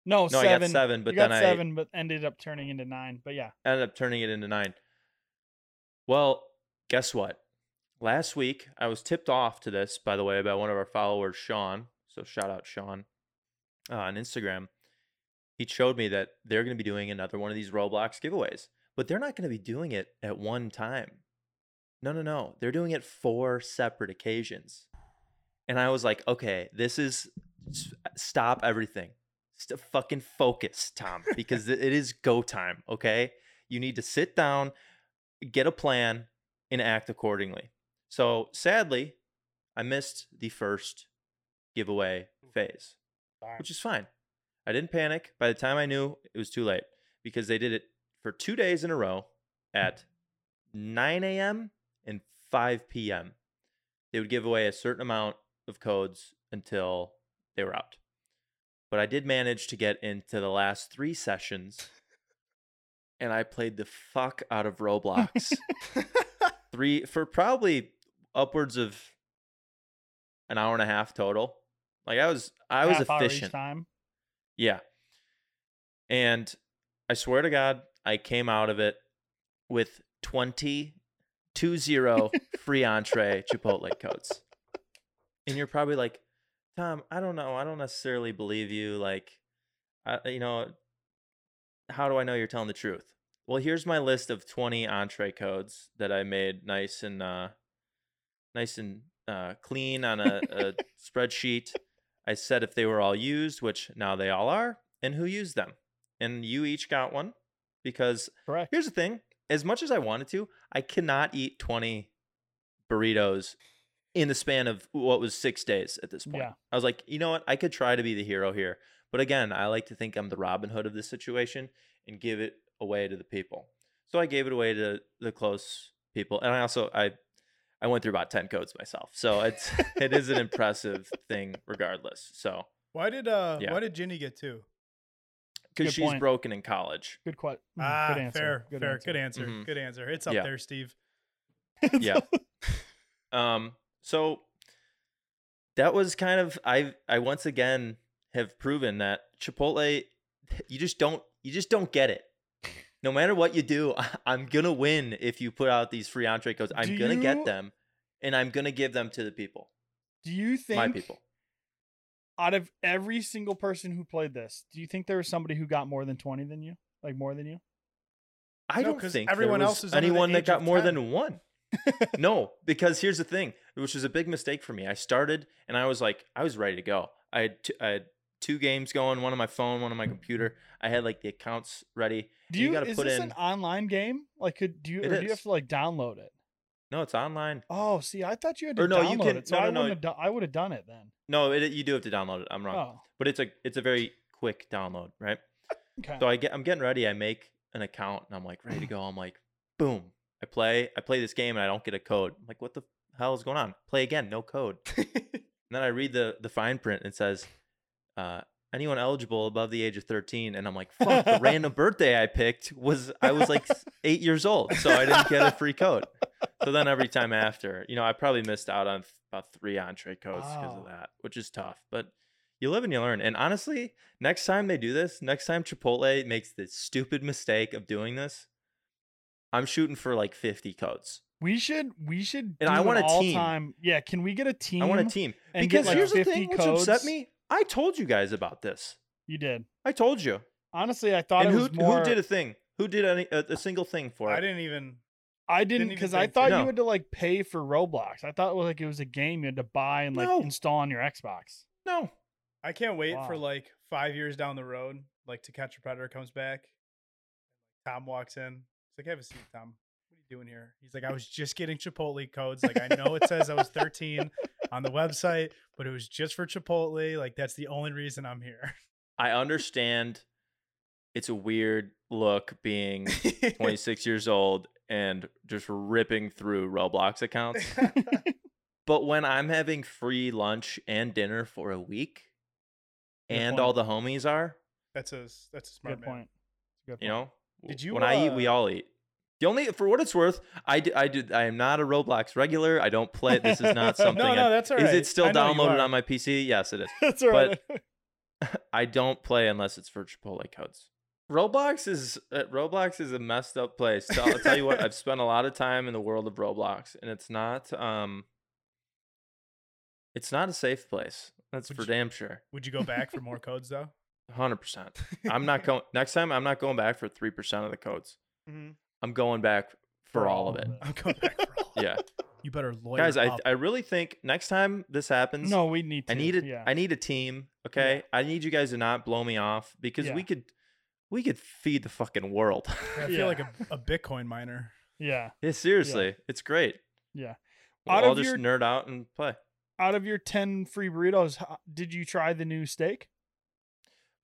no,
No,
seven.
I got seven, but
you got
then I
seven, but ended up turning into nine. But yeah,
ended up turning it into nine. Well, guess what? Last week, I was tipped off to this, by the way, by one of our followers, Sean. So shout out Sean uh, on Instagram. He showed me that they're going to be doing another one of these Roblox giveaways, but they're not going to be doing it at one time. No, no, no. They're doing it four separate occasions. And I was like, okay, this is s- stop everything. St- fucking focus, Tom, because it it is go time, okay? You need to sit down, get a plan, and act accordingly. So sadly, I missed the first giveaway phase,
Darn.
which is fine. I didn't panic. By the time I knew, it was too late because they did it for two days in a row at 9 a.m. and 5 p.m. They would give away a certain amount of codes until they were out. But I did manage to get into the last three sessions and I played the fuck out of Roblox. three for probably upwards of an hour and a half total. Like I was I was
half hour each
efficient.
time.
Yeah. And I swear to God, I came out of it with 20 20 free entree Chipotle codes. And you're probably like, Tom, I don't know. I don't necessarily believe you. Like, I, you know, how do I know you're telling the truth? Well, here's my list of 20 entree codes that I made nice and uh, nice and uh, clean on a, a spreadsheet. I said if they were all used, which now they all are, and who used them. And you each got one because
Correct.
Here's the thing: as much as I wanted to, I cannot eat twenty burritos in the span of what was six days at this point.
Yeah.
I was like, you know what? I could try to be the hero here, but again, I like to think I'm the Robin Hood of this situation and give it away to the people. So I gave it away to the close people, and I also I I went through about ten codes myself. So it's it is an impressive thing, regardless. So
Why did uh
Yeah.
why did Ginny get two?
because
Good
she's
point.
broken in college.
mm, Hmm, Good quite.
ah,
good answer.
fair,
Good
fair,
answer.
good answer,
Mhm.
good answer. It's up
Yeah.
there, Steve.
yeah. Um. So that was kind of I. I once again have proven that Chipotle, you just don't you just don't get it. No matter what you do, I'm gonna win if you put out these free entree codes. I'm
Do
gonna
you-
get them, and I'm gonna give them to the people,
Do you think
my people.
out of every single person who played this, do you think there was somebody who got more than twenty than you? Like more than you?
I
No,
don't
'cause
think there
everyone
was
else is under the
anyone
age
that got
of
more
10.
than one. no, because here's the thing, which was a big mistake for me. I started and I was like, I was ready to go. I had, t- I had two games going, one on my phone, one on my computer. I had like the accounts ready.
Do
You
you,
gotta
is
put
this
in-
an online game? Like could do you
It
or do you
is.
have to like download it?
No, it's online.
Oh, see, I thought you had to
Or no,
download
you can-
it. So
no,
I
no, no.
wouldn't have done I would have done it then.
No, it, you do have to download it. I'm wrong,
Oh.
but it's a it's a very quick download, right?
Okay.
So I get I'm getting ready. I make an account and I'm like ready to go. I'm like, boom. I play I play this game and I don't get a code. I'm like, what the hell is going on? Play again, no code. and then I read the the fine print and it says, uh, anyone eligible above the age of 13. And I'm like, fuck, the random birthday I picked was I was like s- eight years old, so I didn't get a free code. So then every time after, you know, I probably missed out on th- about three entree codes because
Wow.
of that, which is tough. But you live and you learn. And honestly, next time they do this, next time Chipotle makes the stupid mistake of doing this, I'm shooting for like 50 codes.
we should we should
And I
do an
want a team.
all-time- Yeah, can we get a team?
I want a team.
and get,
because
like,
here's the
50
thing which upset
codes.
me. I told you guys about this.
You did.
I told you.
Honestly, I thought
and
it
who
was more
who did a thing? Who did any, a, a single thing for it?
I didn't even
I
Didn't
didn't
even
because I
think to-
thought
No.
you had to like pay for Roblox. I thought it was like it was a game you had to buy and like
No.
install on your Xbox.
No.
I can't wait for
Wow.
like five years down the road, like to catch a predator comes back. Tom walks in. He's like, have a seat, Tom. What are you doing here? He's like, I was just getting Chipotle codes. Like, I know it says I was 13 on the website, but it was just for Chipotle. Like, that's the only reason I'm here.
I understand it's a weird look being 26 years old and just ripping through Roblox accounts. But when I'm having free lunch and dinner for a week
Good
and
point.
all the homies are,
That's a s- that's a smart
Good
man.
point. Good point.
you know, w-
Did you,
when I eat, we
uh,
all eat. The only, for what it's worth, I do, I do, I am not a Roblox regular. I don't play. This is not
No,
something.
No,
I-
no, that's all right.
is it still
I know you
downloaded
are.
on my PC? Yes, it is.
That's all right.
I don't play unless it's for Chipotle codes. Roblox is uh, Roblox is a messed up place. Tell, I'll tell you what, I've spent a lot of time in the world of Roblox, and it's not um, it's not a safe place. That's
Would
for
you-
damn sure,
Would you go back for more codes though?
hundred percent. I'm not going next time. I'm not going back for three percent of the codes.
Mhm.
I'm going back Mm-hmm. for all of it.
I'm going back for all.
Yeah,
You better lawyer
guys, I
up.
I really think next time this happens,
No, we need. To.
I need a I
Yeah.
need a team. Okay, I need you guys to not blow me off because
Yeah.
we could we could feed the fucking world.
I feel
Yeah.
like a, a Bitcoin miner.
yeah.
yeah, seriously, it's great.
Yeah.
We'll
Out
all
of
just
your-
nerd out and play.
Out of your ten free burritos, h- did you try the new steak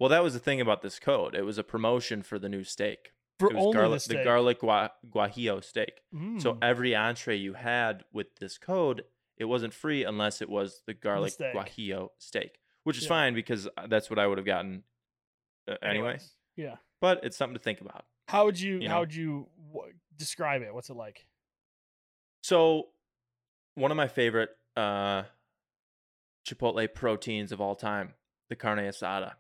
Well, that was the thing about this code. It was a promotion for the new steak.
for
it was
only
garlic,
the steak?
garlic gua- guajillo steak. So
Mm.
every entree you had with this code, it wasn't free unless it was the garlic
steak.
guajillo steak, which is
Yeah.
fine because that's what I would have gotten uh, anyway.
Anyways.
yeah.
But it's something to think about.
How would you,
you
How
know?
would you wh- describe it? What's it like?
So, one of my favorite uh, Chipotle proteins of all time, the carne asada,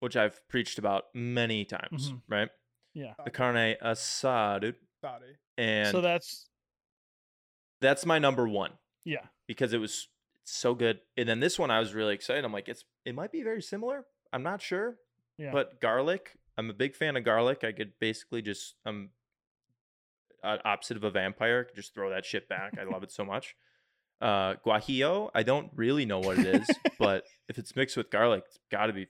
which I've preached about many times,
Mhm.
right?
Yeah.
The carne asada,
Sorry.
and
so that's
that's my number one
yeah.
because it was so good. And then this one, I was really excited. I'm like, it's it might be very similar. I'm not sure,
Yeah.
But garlic, I'm a big fan of garlic. I could basically just I'm uh, opposite of a vampire, could just throw that shit back. I love it so much. Uh, guajillo, I don't really know what it is, but if it's mixed with garlic, it's got to be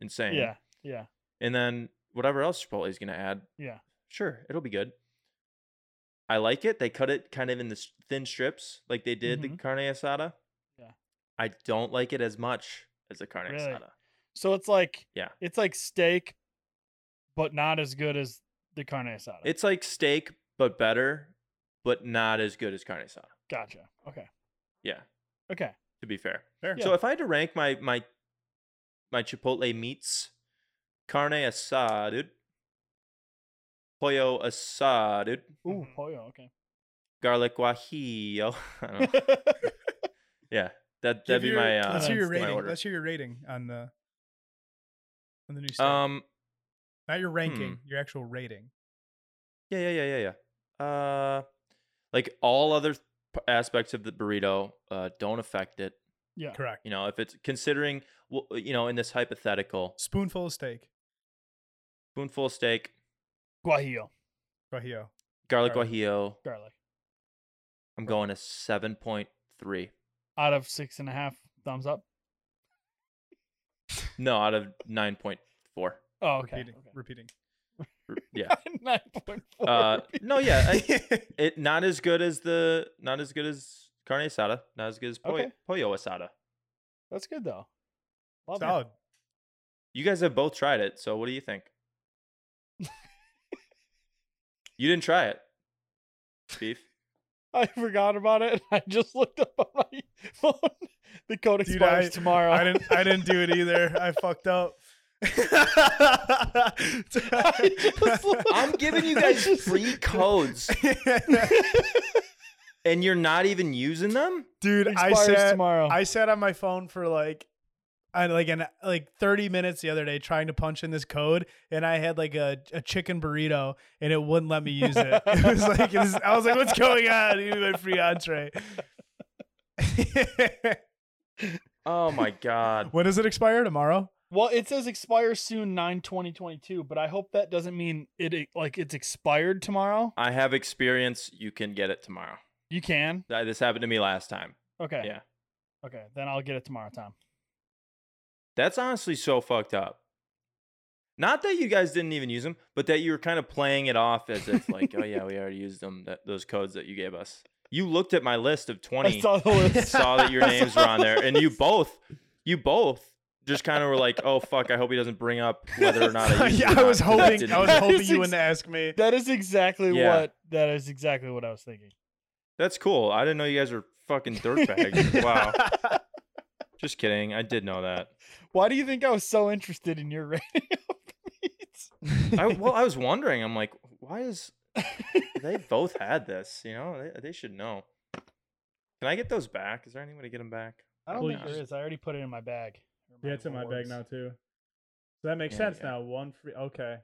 insane.
yeah, yeah,
And then whatever else Chipotle is gonna add,
yeah.
sure, it'll be good. I like it. They cut it kind of in the s- thin strips, like they did the
Mm-hmm.
Mhm.
carne asada.
Yeah.
I don't like it as much as the carne
Really?
asada.
So it's like
Yeah.
it's like steak, but not as good as the carne asada.
It's like steak, but better, but not as good as carne asada.
gotcha. Okay,
Yeah,
okay.
to be fair.
Fair.
So if I had to rank my my my Chipotle meats, carne asada, pollo asada,
Ooh,
Mhm.
pollo. Okay.
garlic guajillo. I don't know.
Oh.
Yeah, that
Give
that'd be
your-
my uh,
let's hear your
my
rating.
order.
Let's hear your rating on the on the new stuff.
Um. hmm.
Not your ranking, your actual rating.
Yeah. Yeah. Yeah. Yeah. Yeah. Uh, like all other p- aspects of the burrito, uh, don't affect it.
yeah.
Correct.
You know, if it's considering, well, you know, in this hypothetical,
Spoonful of steak,
spoonful of steak,
Guajillo,
guajillo.
garlic
Garlic.
guajillo,
garlic.
I'm going to seven point three.
Out of six and a half, thumbs up.
No, out of nine point four.
Oh, okay.
Repeating. Repeating.
Yeah.
Nine point four.
Uh, no, yeah, I, it not as good as the not as good as carne asada, not as good as pollo,
Okay.
pollo asada.
That's good though. Love it.
Solid.
You guys have both tried it, so what do you think? you didn't try it, beef.
I forgot about it. I just looked up on my phone. The code
Dude,
expires
I-
tomorrow.
I didn't. I didn't do it either. I fucked up.
just looked-
I'm giving you guys free codes, and you're not even using them.
Dude, I
expires
sat.
tomorrow.
I sat on my phone for like, I like an like thirty minutes the other day trying to punch in this code, and I had like a, a chicken burrito, and it wouldn't let me use it. It was like it was, I was like, "What's going on?" Give me my free entree.
Oh my god!
when does it expire? Tomorrow.
well, it says expire soon 9 2022, but I hope that doesn't mean it it- like it's expired tomorrow.
I have experience. You can get it tomorrow.
You can.
Th- This happened to me last time.
Okay.
Yeah.
Okay. Then I'll get it tomorrow, Tom.
That's honestly so fucked up. Not that you guys didn't even use them, but that you were kind of playing it off as if like, oh yeah, we already used them. That those codes that you gave us. You looked at my list of
I
twenty.
saw the list.
saw that your
I
names
saw
were on there, and you
this.
both, you both just kind of were like, "Oh fuck, I hope he doesn't bring up whether or not." I, used
yeah,
it or
I
not,"
was
'cause I
hoping.
didn't.
I was
That
hoping
is
you
ex-
wouldn't ask me.
That is exactly
Yeah.
what that is exactly what I was thinking.
That's cool. I didn't know you guys were fucking dirtbags. wow. Just kidding. I did know that.
Why do you think I was so interested in your rating of the meats?
I, well, I was wondering. I'm like, why is they both had this? You know, they, they should know. Can I get those back? Is there any way to get them back?
I don't
Well,
think
you-
there is. I already put it in my bag. Or my
Yeah, it's in my bag
rewards.
now too. So that makes
Yeah,
sense
yeah.
now. One free. Okay.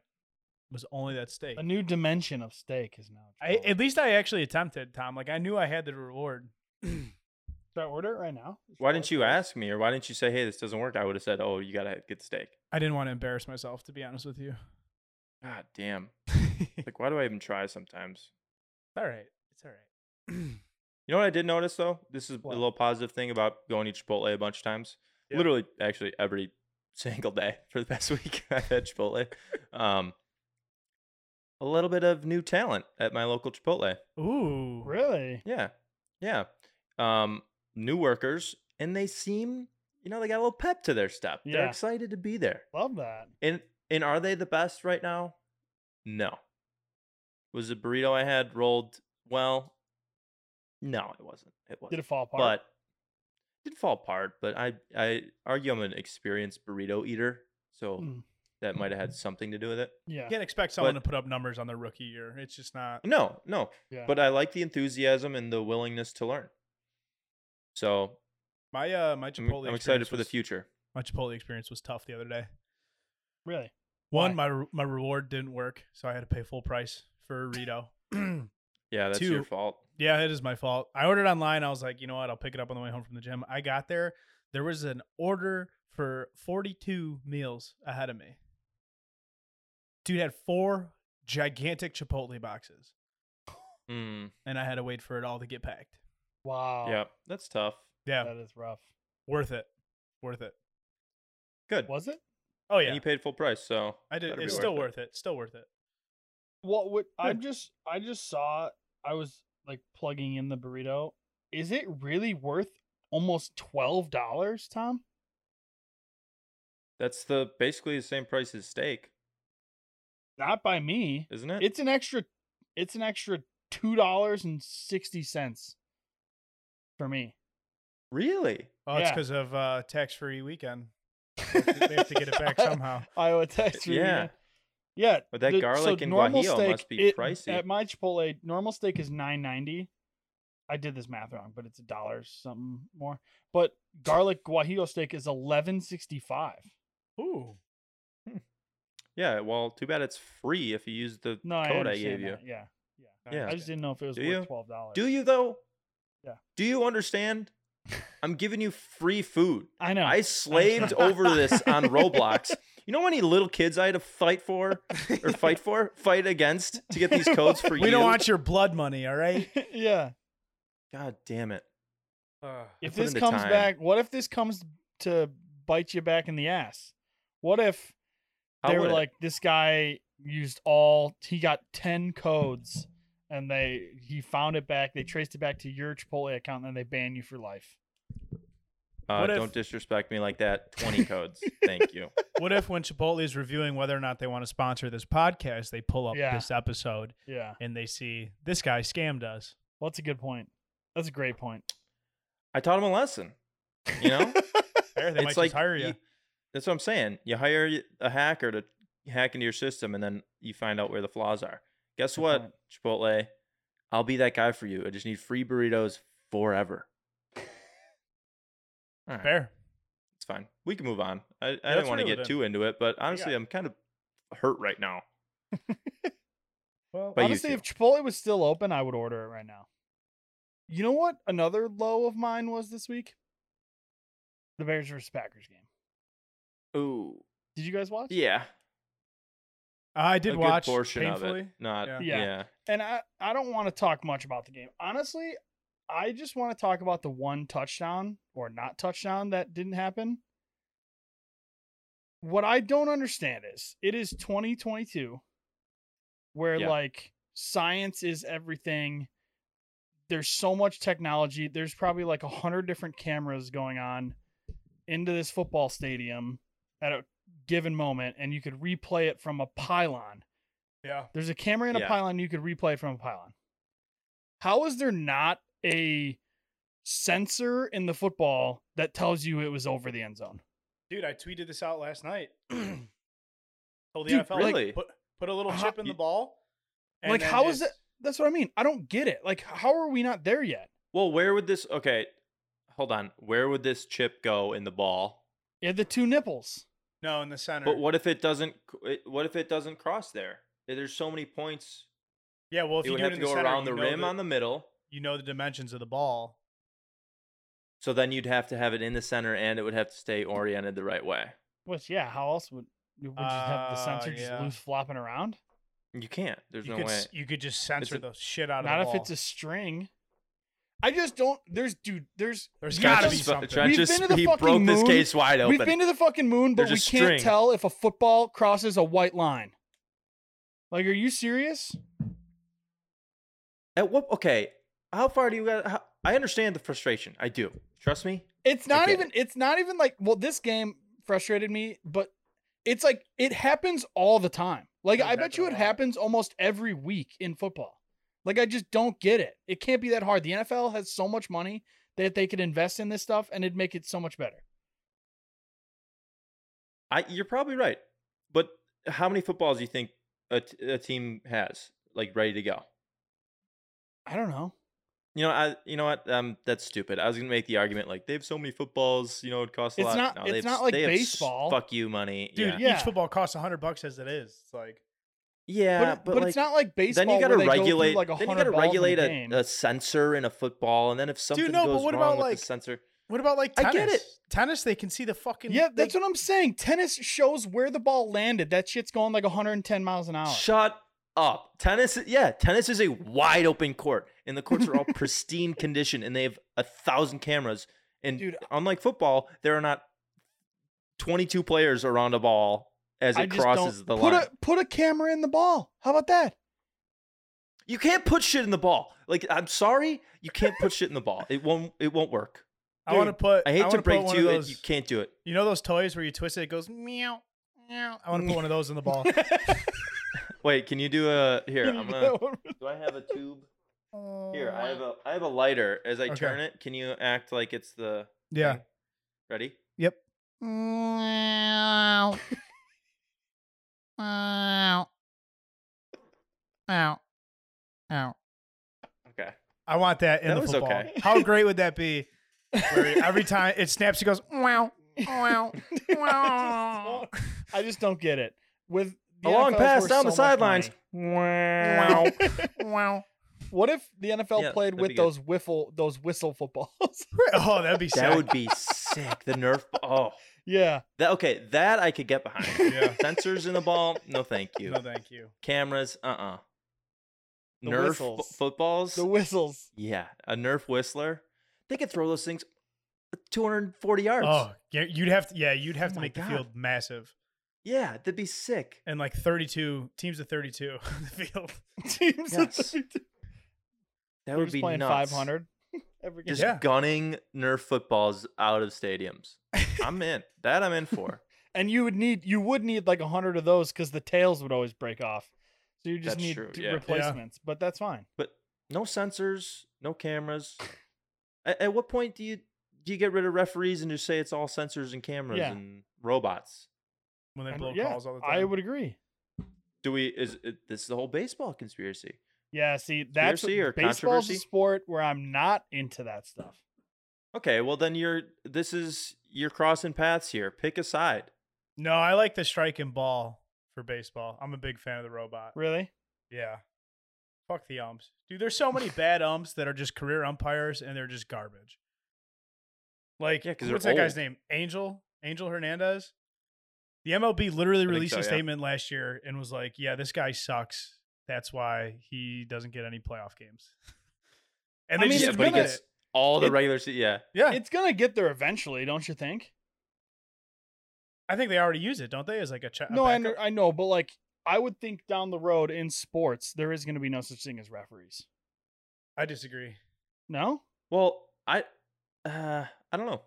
was only that steak.
A new dimension of steak is now.
I,
available.
at least I actually attempted, Tom. Like I knew I had the reward.
Should I order it right now?
Why didn't you ask me, or why didn't you say, "Hey, this doesn't work"? I would have said, "Oh, you gotta get the steak."
I didn't want to embarrass myself, to be honest with you.
God damn!
it's
Like, why do I even try sometimes?
all right. It's all right.
You know what I did notice though? This is
What?
a little positive thing about going to Chipotle a bunch of times.
Yeah.
Literally, actually, every single day for the past week I've had Chipotle. Um, a little bit of new talent at my local Chipotle.
Ooh.
Really?
Yeah, yeah. Um, new workers, and they seem, you know, they got a little pep to their step. They're
Yeah.
excited to be there.
Love that.
And and are they the best right now? No. Was the burrito I had rolled well? No, it wasn't. It wasn't
Did it fall apart?
but did fall apart. But I I argue I'm an experienced burrito eater, so
Mm.
that might have had something to do with it.
yeah.
You can't expect someone
But-
to put up numbers on their rookie year. It's just not.
No, no,
yeah.
but I like the enthusiasm and the willingness to learn. So
My uh my
I'm,
Chipotle.
I'm excited
experience
for the
was-
future.
My Chipotle experience was tough the other day.
really.
One,
Why?
my re- my reward didn't work, so I had to pay full price for a Rito.
Yeah, that's your
Two.
fault.
Yeah, it is my fault. I ordered online. I was like, you know what? I'll pick it up on the way home from the gym. I got there. There was an order for 42 meals ahead of me. Dude had four gigantic Chipotle boxes,
Mm,
and I had to wait for it all to get packed.
Wow.
Yeah, that's tough.
Yeah,
That is rough.
worth it, worth it.
Good.
Was it?
Oh
And
yeah,
you paid full price, so
I did.
better be
It's
worth
still
it.
worth it. Still worth it.
What would I
Good.
just I just saw I was like plugging in the burrito. Is it really worth almost twelve dollars, Tom?
that's the basically the same price as steak,
Not by me.
isn't
Eh.
it?
It's an extra it's an extra two dollars and sixty cents for me.
really.
Oh, it's
Yeah.
because of uh, tax free weekend. They have to get it back somehow.
Iowa tax free.
Yeah.
Yeah.
But that
the-
garlic and
normal
guajillo must be
it-
pricey.
At my Chipotle, normal steak is nine ninety. I did this math wrong, but it's a dollar something more. But garlic guajillo steak is eleven sixty five.
Ooh,
Yeah. Well, too bad it's free if you use the
No, I
code I,
understand
gave you.
that, Yeah,
Yeah.
I just didn't know if it was
Do
worth
you?
twelve dollars.
Do you though?
Yeah.
Do you understand? I'm giving you free food.
I
Hmm.
know.
I slaved over this on Roblox. You know how many little kids I had to fight for or fight for, fight against to get these codes for you?
we don't want your blood money. All right.
yeah.
God damn it.
If
put in
this
the
comes
time.
back, what if this comes to bite you back in the ass? What if
How
they
would
were
it-
like, this guy used all he got ten codes, and they he found it back. They traced it back to your Chipotle account, and then they ban you for life.
uh,
what if-
don't disrespect me like that. 20 codes. Thank you.
what if when Chipotle is reviewing whether or not they want to sponsor this podcast, they pull up
Yeah.
this episode
Yeah,
and they see this guy scammed us.
well, that's a good point. That's a great point.
I taught him a lesson. You know?
There, they might
It's
just
like
hire you.
you- That's what I'm saying. You hire y- a hacker to hack into your system and then you find out where the flaws are. Guess
Good
what,
point.
Chipotle? I'll be that guy for you. I just need free burritos forever. All right.
Fair.
It's fine. We can move on. I, I
let's
didn't want to
move
get
it.
too into it, but honestly, I'm kind of hurt right now.
Well,
But you
Honestly,
two.
if Chipotle was still open, I would order it right now. You know what? Another low of mine was this week. The Bears versus Packers game.
Ooh,
Did you guys watch?
yeah.
I
a
did
good
watch
portion
painfully.
of it. Not
Yeah.
yeah.
Yeah. and I, I don't want to talk much about the game. Honestly, I just want to talk about the one touchdown or not touchdown that didn't happen. What I don't understand is it is 2022 where
Yeah.
like science is everything. There's so much technology. There's probably like a hundred different cameras going on into this football stadium at a given moment, and you could replay it from a pylon.
Yeah.
There's a camera in a
Yeah.
pylon you could replay from a pylon. How is there not a sensor in the football that tells you it was over the end zone?
Dude, I tweeted this out last night. Told the
Dude,
NFL
really?
like, put put a little
How-
chip in the
you-
ball. and
Like,
then
how is
just-
That's what I mean. I don't get it. Like, how are we not there yet?
Well, where would this? Okay, hold on. Where would this chip go in the ball?
Yeah, the two nipples.
No, in the center.
But what if it doesn't? c- it- What if it doesn't cross there? There's so many points.
Yeah, well, if
it
you
would
do
have
it in
to
the
go
center,
around
you
the
know
rim on the middle.
you know the dimensions of the ball.
So then you'd have to have it in the center, and it would have to stay oriented the right way.
Which, yeah, how else would we just have the
Uh,
sensor just
yeah.
loose flopping around?
You can't. There's
you
no
could
way.
s- you could just censor
a-
the shit out
Not
of the
if
ball.
it's a string. I just don't. There's, dude. There's.
There's
you
Trent
gotta
just-
be
just-
something.
Trent
We've
just-
been to the
he
fucking
broke this
moon.
case wide open.
We've been to the fucking moon, but
There's a
we can't
string.
tell if a football crosses a white line. Like, are you serious?
At what? Okay, how far do you got? How, I understand the frustration. I do. Trust me.
It's not
Okay.
even. It's not even like. Well, this game frustrated me, but it's like it happens all the time. Like,
Does
I bet
happen
you
a
it
lot.
happens almost every week in football. Like, I just don't get it. It can't be that hard. The NFL has so much money that they could invest in this stuff and it'd make it so much better.
I you're probably right. But how many footballs do you think a, t- a team has like ready to go?
I don't know.
You know, I you know what? Um, that's stupid. I was gonna make the argument like they have so many footballs. You know, it costs a
It's
lot.
not-
No,
it's
they have
not
s-
like
they have s-
baseball.
Fuck you, money.
Dude,
yeah,
Yeah.
each football costs hundred bucks as it is. It's like
yeah,
but,
but,
but
like,
it's not like baseball.
Then you
got to
regulate.
Like
then you
100
gotta
balls in a
regulate
game.
a, a sensor in a football, and then if something
no, but
goes
what
wrong
about,
with
like-
the sensor,
What about like
I
tennis?
get it.
Tennis, they can see the fucking.
Yeah,
they-
that's what I'm saying. Tennis shows where the ball landed. That shit's going like 110 miles an hour.
Shut up. Tennis, yeah, tennis is a wide open court, and the courts are all pristine condition, and they have a thousand cameras. And
Dude,
unlike football, there are not 22 players around a ball as
I
it
just don't-
crosses the
put
line.
a put a camera in the ball. How about that?
you can't put shit in the ball. Like, I'm sorry, you can't put shit in the ball. It won't. It won't work.
I want to
Dude,
put.
I hate
wanna
to
put
break
one
to
of
you, it-
those-
you can't do it.
You know those toys where you twist it, it goes meow, meow. I want to put one of those in the ball.
Wait, can you do a here? I'm gonna.
That one-
Do I have a tube? Here, I have a. I have a lighter. As I
Okay.
turn it, can you act like it's the?
Yeah.
thing? Ready?
Meow. Meow. Meow. Meow.
Okay.
I want that in
That
the
was
football.
okay.
How great would that be? Where every time it snaps, it goes wow, wow.
I, just don't, I just don't get it. With
a
the
long
NFL's
pass
worth
down the
so much
sidelines.
money.
Wow.
Wow.
What if the NFL
Yeah,
played
that'd be
with
good.
those whiffle those whistle footballs?
Oh, that'd be sick.
that would be sick. The Nerf. Oh,
yeah.
that okay. That I could get behind.
Yeah.
Sensors in the ball. No, thank you.
no, thank you.
Cameras. Uh. uh
The
Nerf
whistles.
fo- footballs.
The whistles.
yeah, a Nerf whistler. They could throw those things 240 yards.
Oh, yeah, you'd have to. Yeah, you'd have
Oh
to
my
make the
God.
field massive
Yeah, that'd be sick.
and like thirty-two teams of thirty-two on the field.
Teams at
Yes.
32.
That
We're
would
just
be
playing
nuts.
500 every game.
Just
Yeah.
gunning Nerf footballs out of stadiums. I'm in. That I'm in for.
and you would need you would need like a hundred of those because the tails would always break off. So you just
That's
need
true,
t-
yeah. Yeah.
replacements, but that's fine.
but no sensors, no cameras. at, at what point do you do you get rid of referees and just say it's all sensors and cameras
Yeah.
and robots?
when they
And
blow
yeah,
calls all the time.
I would agree.
Do we is it, this is the whole baseball conspiracy?
Yeah, see, that's
Conspiracy or
baseball's
controversy?
a sport where I'm not into that stuff.
Okay, well then you're this is you're crossing paths here. Pick a side.
No, I like the strike and ball for baseball. I'm a big fan of the robot.
Really?
Yeah. Fuck the umps. Dude, there's so many bad umps that are just career umpires and they're just garbage. Like,
Yeah, 'cause they're
what's that guy's
old.
name? Angel? Angel Hernandez? The MLB literally
think
released
so,
a
yeah.
statement last year and was like, yeah, this guy sucks. That's why he doesn't get any playoff games. And
I
they
mean,
just
yeah,
it's
but he
admitted
gonna-
gets
it.
all the
it-
regular se- yeah.
Yeah.
It's gonna get there eventually, don't you think?
I think they already use it, don't they? As like a check.
no, I, kn- I know, but like I would think down the road in sports there is gonna be no such thing as referees.
I disagree.
No,
Well, I uh I don't know.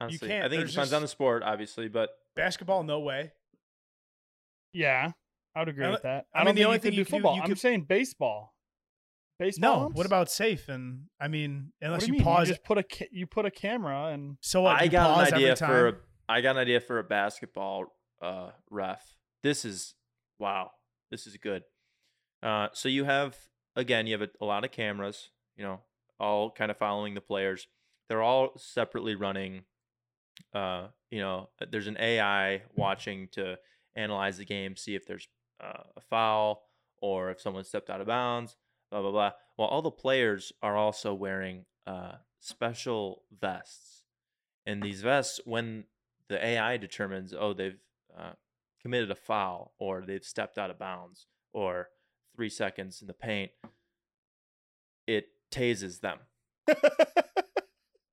Honestly,
can't-
I think it
there's
depends on the
just-
sport, obviously, but
Basketball, no way.
yeah, I would agree
I
with that.
I
I, don't
mean, the
think
only
you
thing
could do
you could do-
football.
you
I'm
could-
saying baseball. Baseball.
No. What
umps?
about safe? And I mean,
What
unless
do you,
you,
mean?
pause.
just put a ca- you put a camera and
so what?
I
you
got
pause
an idea
every time?
for a, I got an idea for a basketball uh, ref. This is wow. This is good. Uh, so you have again, you have a, a lot of cameras. You know, all kind of following the players. They're all separately running. Uh, you know, there's an AI
Mm-hmm.
watching to analyze the game, see if there's uh, a foul or if someone stepped out of bounds. Blah blah blah. While all the players are also wearing uh, special vests and these vests when the ai determines oh they've uh, committed a foul or they've stepped out of bounds or three seconds in the paint it tases them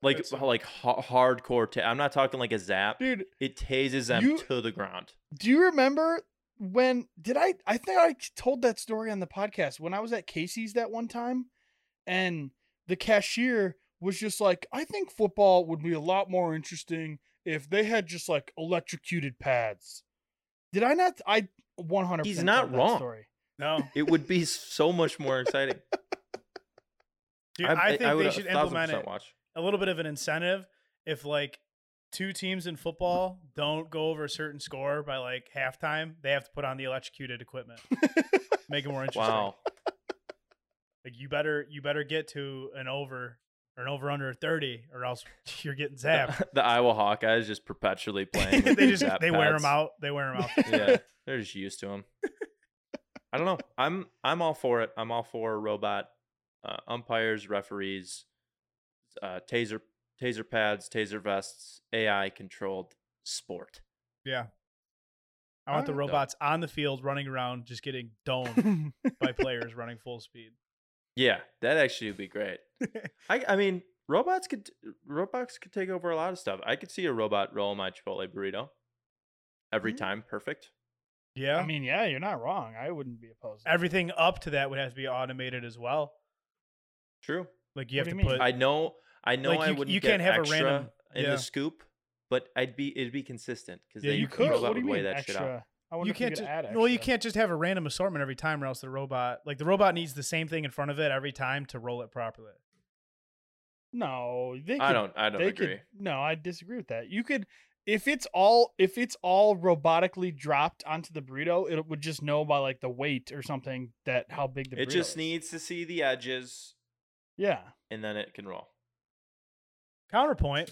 like
That's a-
like ha- hardcore ta- i'm not talking like a zap
dude
it tases them
You-
to the ground
do you remember when did i i think i told that story on the podcast when i was at casey's that one time and the cashier was just like i think football would be a lot more interesting if they had just like electrocuted pads did i not i 100
He's not wrong.
story.
No,
it would be so much more exciting
dude, I, think
would
they
a
should
thousand
implement
percent
it.
watch
a little bit of an incentive if like two teams in football don't go over a certain score by like halftime, they have to put on the electrocuted equipment. Make it more interesting.
wow
Like you better you better get to an over or an over under of 30 or else you're getting zapped.
the, the iowa hawkeyes just perpetually playing with
they
these
just
zap
they wear
pads.
them out. They wear them out.
yeah, they're just used to them. I don't know. I'm I'm all for it. I'm all for robot uh, umpires, referees, uh, taser taser pads, taser vests, AI controlled sport.
I want the
Alright, though.
robots on the field running around, just getting domed by players running full speed.
Yeah, that actually would be great. I I mean, robots could robots could take over a lot of stuff. I could see a robot roll my Chipotle burrito every
Mm-hmm.
time, perfect.
Yeah.
I mean, yeah, you're not wrong. I wouldn't be opposed. to that.
Everything up to that would have to be automated as well.
True.
Like you
What
have to
do you mean?
put
I know. I know.
Like,
I
you-
wouldn't.
you
get
can't have a
extra
random-
in
yeah.
the scoop, but I'd be it'd be consistent because
Yeah,
they
you
you
the
could.
Robot
What
robot
do you
would
mean
weigh that shit out.
extra? I wonder
you
if you
can't
could
just,
add extra.
well you can't just have a random assortment every time or else the robot like the robot needs the same thing in front of it every time to roll it properly
No, they could,
I don't. I don't
they
agree.
could. No, I disagree with that. You could, if it's all if it's all robotically dropped onto the burrito, it would just know by like the weight or something that how big the.
It
burrito
just
is.
needs to see the edges,
Yeah.
and then it can roll.
counterpoint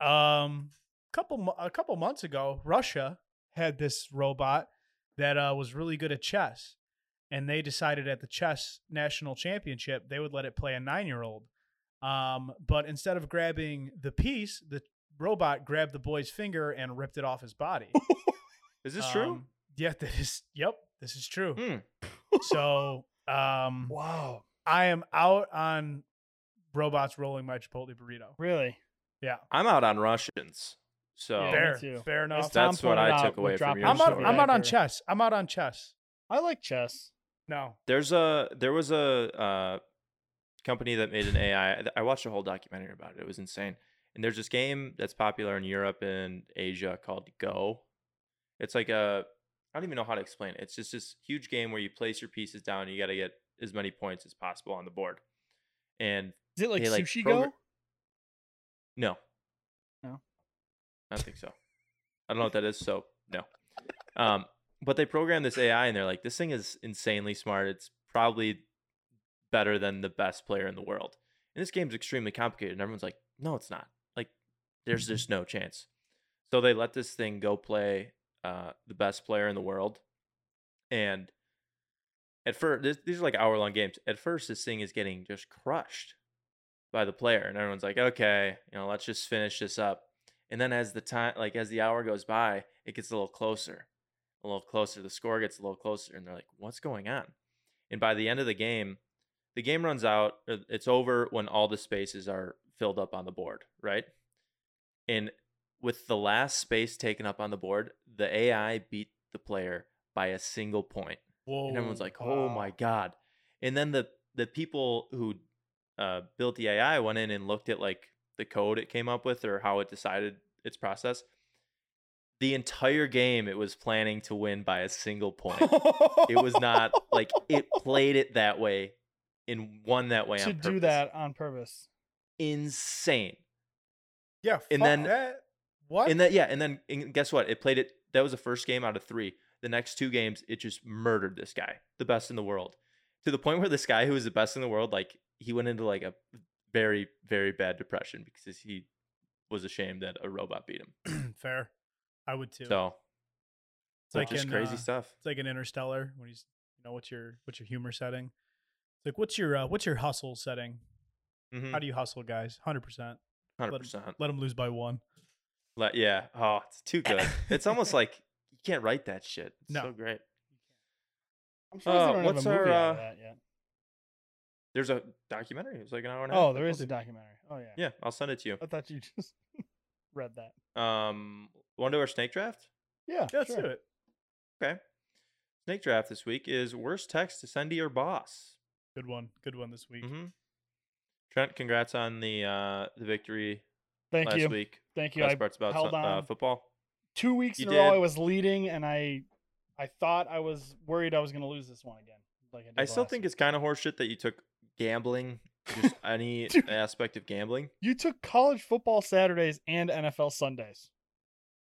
um couple mo- a couple months ago russia had this robot that uh, was really good at chess and they decided at the chess national championship they would let it play a nine year old um, but instead of grabbing the piece the robot grabbed the boy's finger and ripped it off his body
Is this true?
Um, yeah, that is. Yep, this is true.
Hmm.
So, um,
Wow.
I am out on robots rolling my Chipotle burrito.
Oh,
Really.
Yeah,
I'm out on Russians, so
Yeah, me
fair,
too.
fair
As
enough.
That's
Tom
what
pointed
I
out
took
with
away from
dropping
your
I'm out.
story.
I'm out on
Right.
chess. I'm out on chess.
I like chess.
No,
there's a there was a uh, company that made an AI. th- I watched a whole documentary about it. It was insane. And there's this game that's popular in Europe and Asia called Go. It's like a I don't even know how to explain it. It's just this huge game where you place your pieces down. And you got to get as many points as possible on the board. And
Is it like
They, like,
sushi
program-
go?
no,
No.
I don't think so. I don't know what that is. So no. Um, but they programmed this AI and they're like, this thing is insanely smart. It's probably better than the best player in the world. And this game's extremely complicated. And everyone's like, no, it's not. Like, there's
Mm-hmm.
just no chance. So they let this thing go play uh, the best player in the world. And at first, this, these are like hour long games. At first, this thing is getting just crushed by the player. And everyone's like, okay, you know, let's just finish this up. And then as the time, like as the hour goes by, it gets a little closer, a little closer. The score gets a little closer, and they're like, "What's going on?" And by the end of the game, the game runs out. uh, It's over when all the spaces are filled up on the board, right? And with the last space taken up on the board, the AI beat the player by a single point
whoa.
and everyone's like, "Oh
wow.
my god!" And then the the people who uh, built the AI went in and looked at like the code it came up with or how it decided its process. The entire game, it was planning to win by a single point. it was not like it played it that way and won that way
to
on
do
purpose.
that on purpose.
insane.
yeah,
and
fuck
then-
that. what?
And that yeah, and then and guess what? It played it. That was the first game out of three. The next two games, it just murdered this guy, the best in the world, to the point where this guy who was the best in the world, like he went into like a very very bad depression because he was ashamed that a robot beat him.
fair. I would too.
So,
it's
so
like
just
in,
crazy
uh,
stuff.
It's like an Interstellar when he's, you know, what's your what's your humor setting? It's like what's your uh, what's your hustle setting?
Mm.
How do you hustle, guys? Hundred percent.
Mm-hmm, Hundred percent.
Let them lose by one.
Yeah. Oh, it's too good. it's almost like you can't write that shit. It's
No.
so great.
I'm surprised
Uh,
they don't have
what's
a movie
our,
out of
uh,
that yet.
There's a documentary. It was like an hour and a half.
Oh, there
I
is a
told
documentary. Oh yeah.
you. Yeah, I'll send it to
I thought you just read that.
you. Um, want to do our snake draft?
Yeah.
Yeah, let's
sure.
do it.
Okay. Snake draft this week is worst text to send to your boss.
Good one. Good one this week.
hmm Trent, congrats on the uh, the victory
Thank
last
you.
week.
Thank you.
Best
I,
parts about
held
so- uh,
on.
football.
two weeks
you
in a row,
did.
I was leading, and I, I thought I was worried I was going to lose this one again. Like I, did
I still
last
think
week.
it's kind of horseshit that you took gambling, just any
Dude.
aspect of gambling.
you took college football Saturdays and NFL Sundays.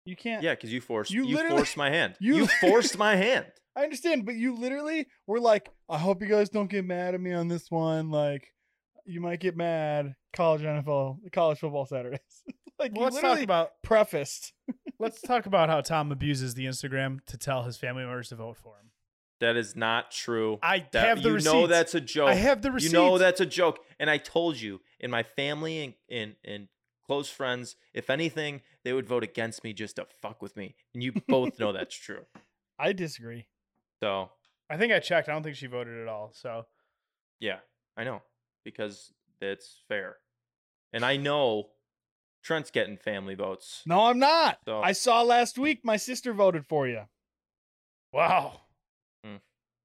You can't.
Yeah, because you forced
You
you,
literally-
forced my hand.
you
You,
li-
forced my hand.
I understand, but you literally were like, I hope you guys don't get mad at me on this one. Like, you might get mad. College NFL, college football Saturdays. like,
Well,
you
let's talk
literally
about
prefaced.
let's talk about how Tom abuses the Instagram to tell his family members to vote for him.
That is not true.
I
That-
have the
you
receipts.
know that's a joke.
I have the
you
receipts.
know that's a joke. And I told you in my family and in and close friends. If anything, they would vote against me just to fuck with me. And you both know that's true.
I disagree.
So,
I think I checked. I don't think she voted at all. So
yeah, I know because that's fair. And I know Trent's getting family votes.
No, I'm not.
So-
I saw last week my sister voted for you.
wow,
Hmm.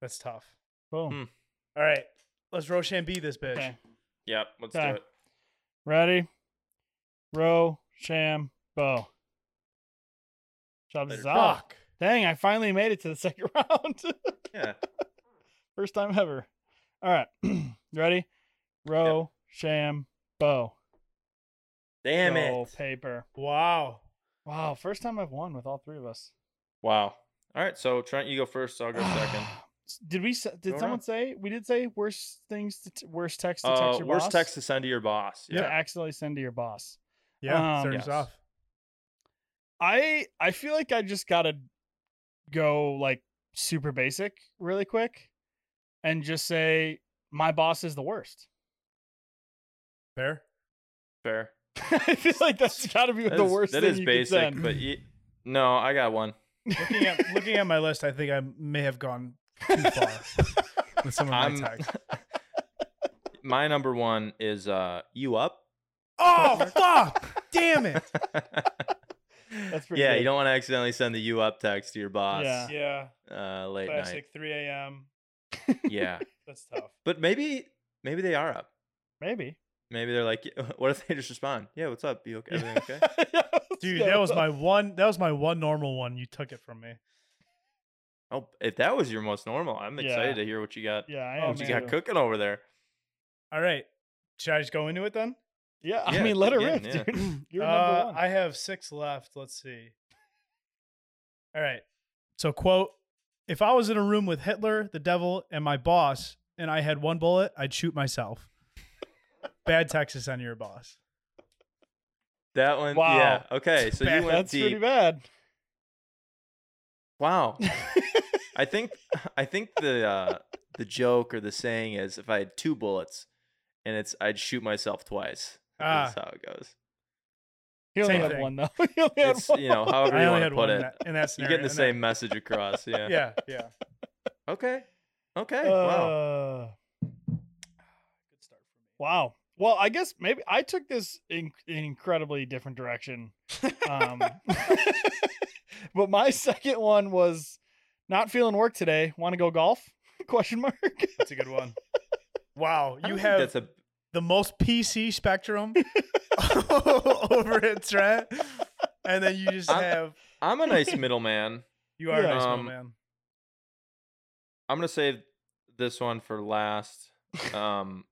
that's tough.
Boom.
Hmm.
All right, let's Rochambeau this bitch.
Okay.
Yep, let's
Okay.
do it.
Ready? Row, sham, bow. Jobs
Later.
is out.
Fuck.
Dang, I finally made it to the second round.
Yeah.
First time ever. All right. You Ready? Row, sham, bow.
Damn
Roll,
it.
paper.
Wow.
Wow, first time I've won with all three of us.
Wow. All right, so Trent, you go first. I'll go second.
did we? s- Did
Go
someone
around.
say we did say worst things? To t- worst text to
Uh,
text your
worst
boss?
text to send to your boss.
to
Yeah.
accidentally send to your boss.
Yeah.
Um,
Turns
yes.
off.
I I feel like I just gotta go like super basic really quick, and just say my boss is the worst.
Fair.
Fair.
I feel like that's gotta be
That
the
is-
worst.
That
thing
is
you
basic,
can send.
but y no, I got one.
Looking at looking at my list, I think I may have gone too far with some of my
I'm-
tags.
My number one is uh, you up.
Oh fuck! Damn it.
That's pretty
yeah,
good.
you don't want to accidentally send the you up text to your boss
Yeah.
Yeah.
uh, late
Classic 3 a.m.
night. Yeah,
That's tough.
but maybe maybe they are up.
maybe.
Maybe they're like, what if they just respond? Yeah, what's up? You okay? Everything okay?
Dude, that was my one that was my one normal one. You took it from me.
oh, if that was your most normal, I'm
Yeah.
excited to hear what you got.
Yeah, I
Oh,
am.
what you got
man.
too.
cooking over there?
All right. Should I just go into it then?
Yeah, I
Yeah,
mean, let her
again,
rip,
yeah.
dude. You're number
Uh,
one.
I have six left. Let's see. All right. So quote if I was in a room with Hitler, the devil, and my boss, and I had one bullet, I'd shoot myself. Bad Texas on your boss.
That one.
Wow.
Yeah. Okay. So you went
That's pretty
deep.
bad.
Wow. I think I think the uh, the joke or the saying is if I had two bullets, and it's I'd shoot myself twice.
Ah.
That's how it goes.
He only
Same
had
thing.
one though. He only had
It's
one.
you know however
I
you want
only
to
had
put
one
it.
in that, in that
You're
scenario.
getting the
in
same message across. Yeah.
That, yeah, yeah.
Okay. Okay. wow.
Uh, Good start for me. Wow. Well, I guess maybe I took this in an incredibly different direction. Um, but my second one was not feeling work today. Want to go golf? Question mark.
That's a good one.
I
Wow, you
don't think
have
that's a
the most PC spectrum over at Trent, and then you just
I'm-
have
I'm a nice middleman.
you are a nice
Um,
man.
I'm gonna save this one for last. Um,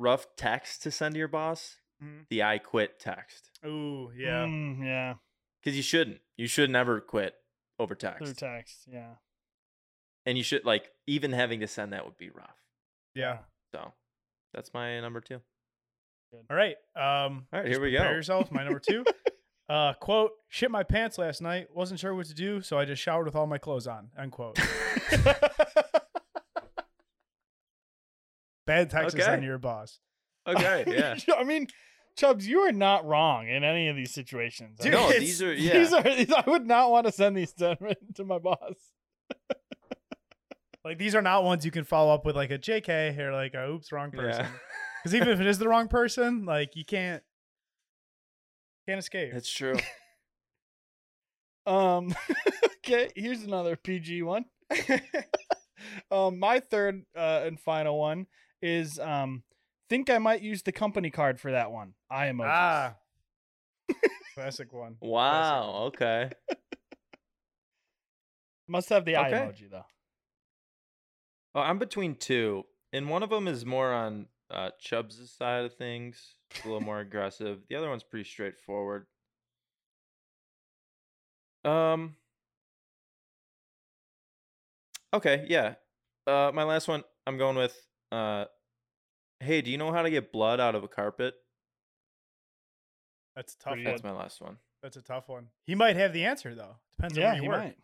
rough text to send to your boss.
Mhm.
The I quit text
Ooh, yeah.
Mm, yeah.
because you shouldn't. You should never quit over
Through
text.
text. Yeah.
and you should like even having to send that would be rough.
Yeah.
So that's my number two.
All right. Um,
All right,
just
here we go.
prepare yourself. My number two. Uh, quote, shit my pants last night. Wasn't sure what to do, so I just showered with all my clothes on. Unquote. Bad Texas
Okay.
on your boss.
Okay, yeah.
I mean, Chubbs, you are not wrong in any of these situations. I
Dude,
mean,
no,
it's-
these are yeah.
These are. These, I would not want to send these to, to my boss.
Like these are not ones you can follow up with like a JK or like a oops wrong person.
yeah.
Because even if it is the wrong person, like you can't can't escape.
That's true.
Um, okay, here's another PG one. um, my third uh, and final one is um, think I might use the company card for that one. I emojis.
ah, classic one.
Wow. Okay.
Must have the eye
Okay.
emoji though.
Oh, I'm between two, and one of them is more on uh, Chubbs' side of things, a little more aggressive. The other one's pretty straightforward. Um. Okay, yeah. Uh, my last one, I'm going with. Uh, hey, do you know how to get blood out of a carpet?
That's a tough
Pretty
one.
That's my last one.
That's a tough one. He might have the answer though. Depends on
yeah,
where
he
you work.
might.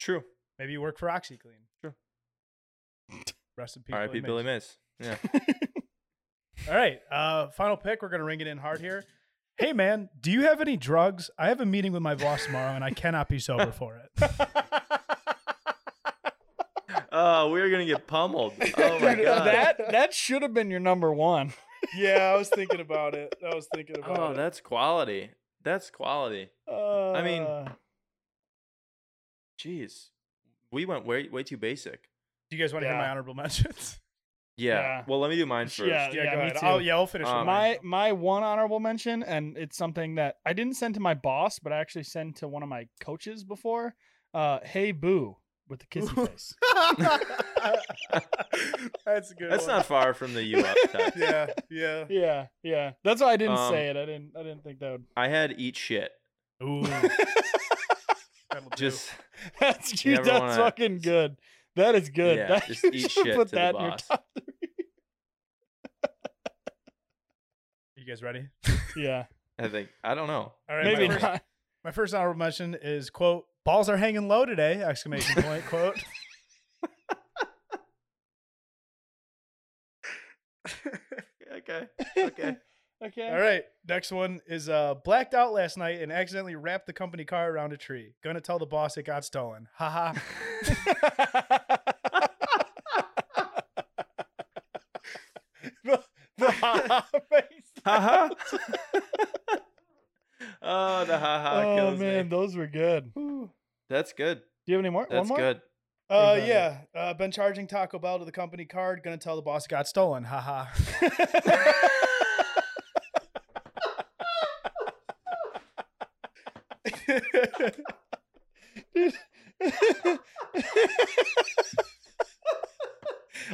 True.
Maybe you work for OxyClean.
Sure.
Rest in peace.
All right,
Billy
Billy
Mays.
Mays. Yeah.
All right. Uh, final pick. We're gonna ring it in hard here. hey man, do you have any drugs? I have a meeting with my boss tomorrow and I cannot be sober for it.
Oh, we're gonna get pummeled. Oh my
Dude,
god.
That that should have been your number one.
yeah, I was thinking about it. I was thinking about
oh,
it.
that's quality. That's quality.
I
mean- Jeez, we went way way too basic.
Do you guys want to hear
Yeah.
my honorable mentions?
Yeah.
Yeah.
Well, let me do mine first.
Yeah,
yeah,
yeah, me
go ahead.
too.
I'll, yeah, I'll finish. with
Um,
mine.
my my one honorable mention, and it's something that I didn't send to my boss, but I actually sent to one of my coaches before. Uh, hey boo with the kissy face.
That's a good.
That's
one.
not far from the U up. text.
yeah, yeah.
Yeah, yeah. That's why I didn't
Um,
say it. I didn't. I didn't think that would.
I had eat shit.
Ooh. That'll do.
Just
That's
You
dude,
never
that's
wanna-
fucking good. That is good.
Yeah,
That-
just
you
eat
should
shit
put
to the
that in your
boss.
top
you guys ready?
three. Yeah,
I think I don't know.
All right.
maybe
not.
my, first,
not.
my first honorable mention is quote balls are hanging low today exclamation point quote.
okay. Okay.
Okay.
All right. Next one is uh blacked out last night and accidentally wrapped the company car around a tree. Gonna tell the boss it got stolen. Haha.
Haha. Uh-huh. oh, the haha
oh
kills
man,
me.
those were good. Do
That's good.
you have any more? One
That's
more?
good.
Uh
Bring it
yeah. Uh been charging Taco Bell to the company card, gonna tell the boss it got stolen. Haha.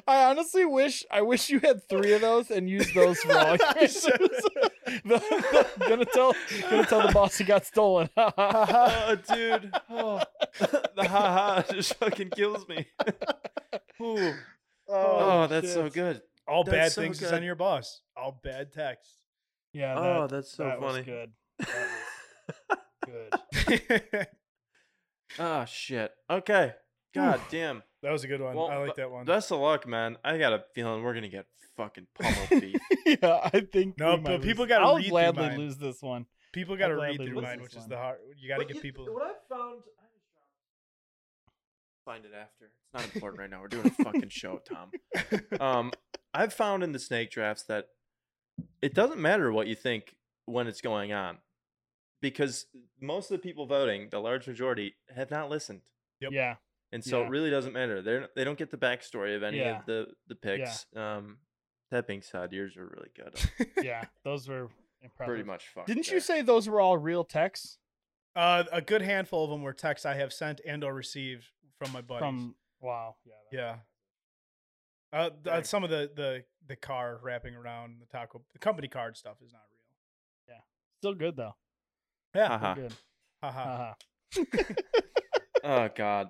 I honestly wish I wish you had three of those and used those for all your answers. The- the- gonna tell gonna tell the boss he got stolen.
Oh, dude. Oh. the haha just fucking kills me. Ooh. Oh, that's so good.
All
That's
bad
so
things to
good.
send your boss. All bad texts.
Yeah, that,
Oh, that's so
that was
funny.
good. That was good.
that
Oh shit. Okay. God damn.
was a good one.
Well,
I like
but
that one.
Best of luck, man. I got a feeling we're gonna get fucking pummeled beef.
yeah, I think
No,
we
but
might
people
lose-
gotta
I'll
read through
gladly
mine.
lose this one.
people got to
I'm glad
read
they
through
listened
mine,
to
which
this
is
one.
the hard. You got to
What
get
you-
people.
What I've found. I just dropped- Find it after. It's not important right now. We're doing a fucking show, Tom. Um, I've found in the snake drafts that it doesn't matter what you think when it's going on, because most of the people voting, the large majority, have not listened,
Yep.
Yeah,
and so
Yeah.
it really doesn't matter. They are they don't get the backstory of any
Yeah.
of the the picks. Um, that being said, yours are really good. I'm
yeah, those were impressive.
pretty much fucked.
Didn't you
there.
say those were all real texts
Uh, a good handful of them were texts I have sent and or received from my buddies.
from? Wow. Yeah. that-
yeah. Uh, th- uh,
Dang.
some of the, the the car wrapping around the taco, the company card stuff is not real.
Still good though.
Yeah.
Haha.
Good.
Haha.
Uh-huh.
Oh God.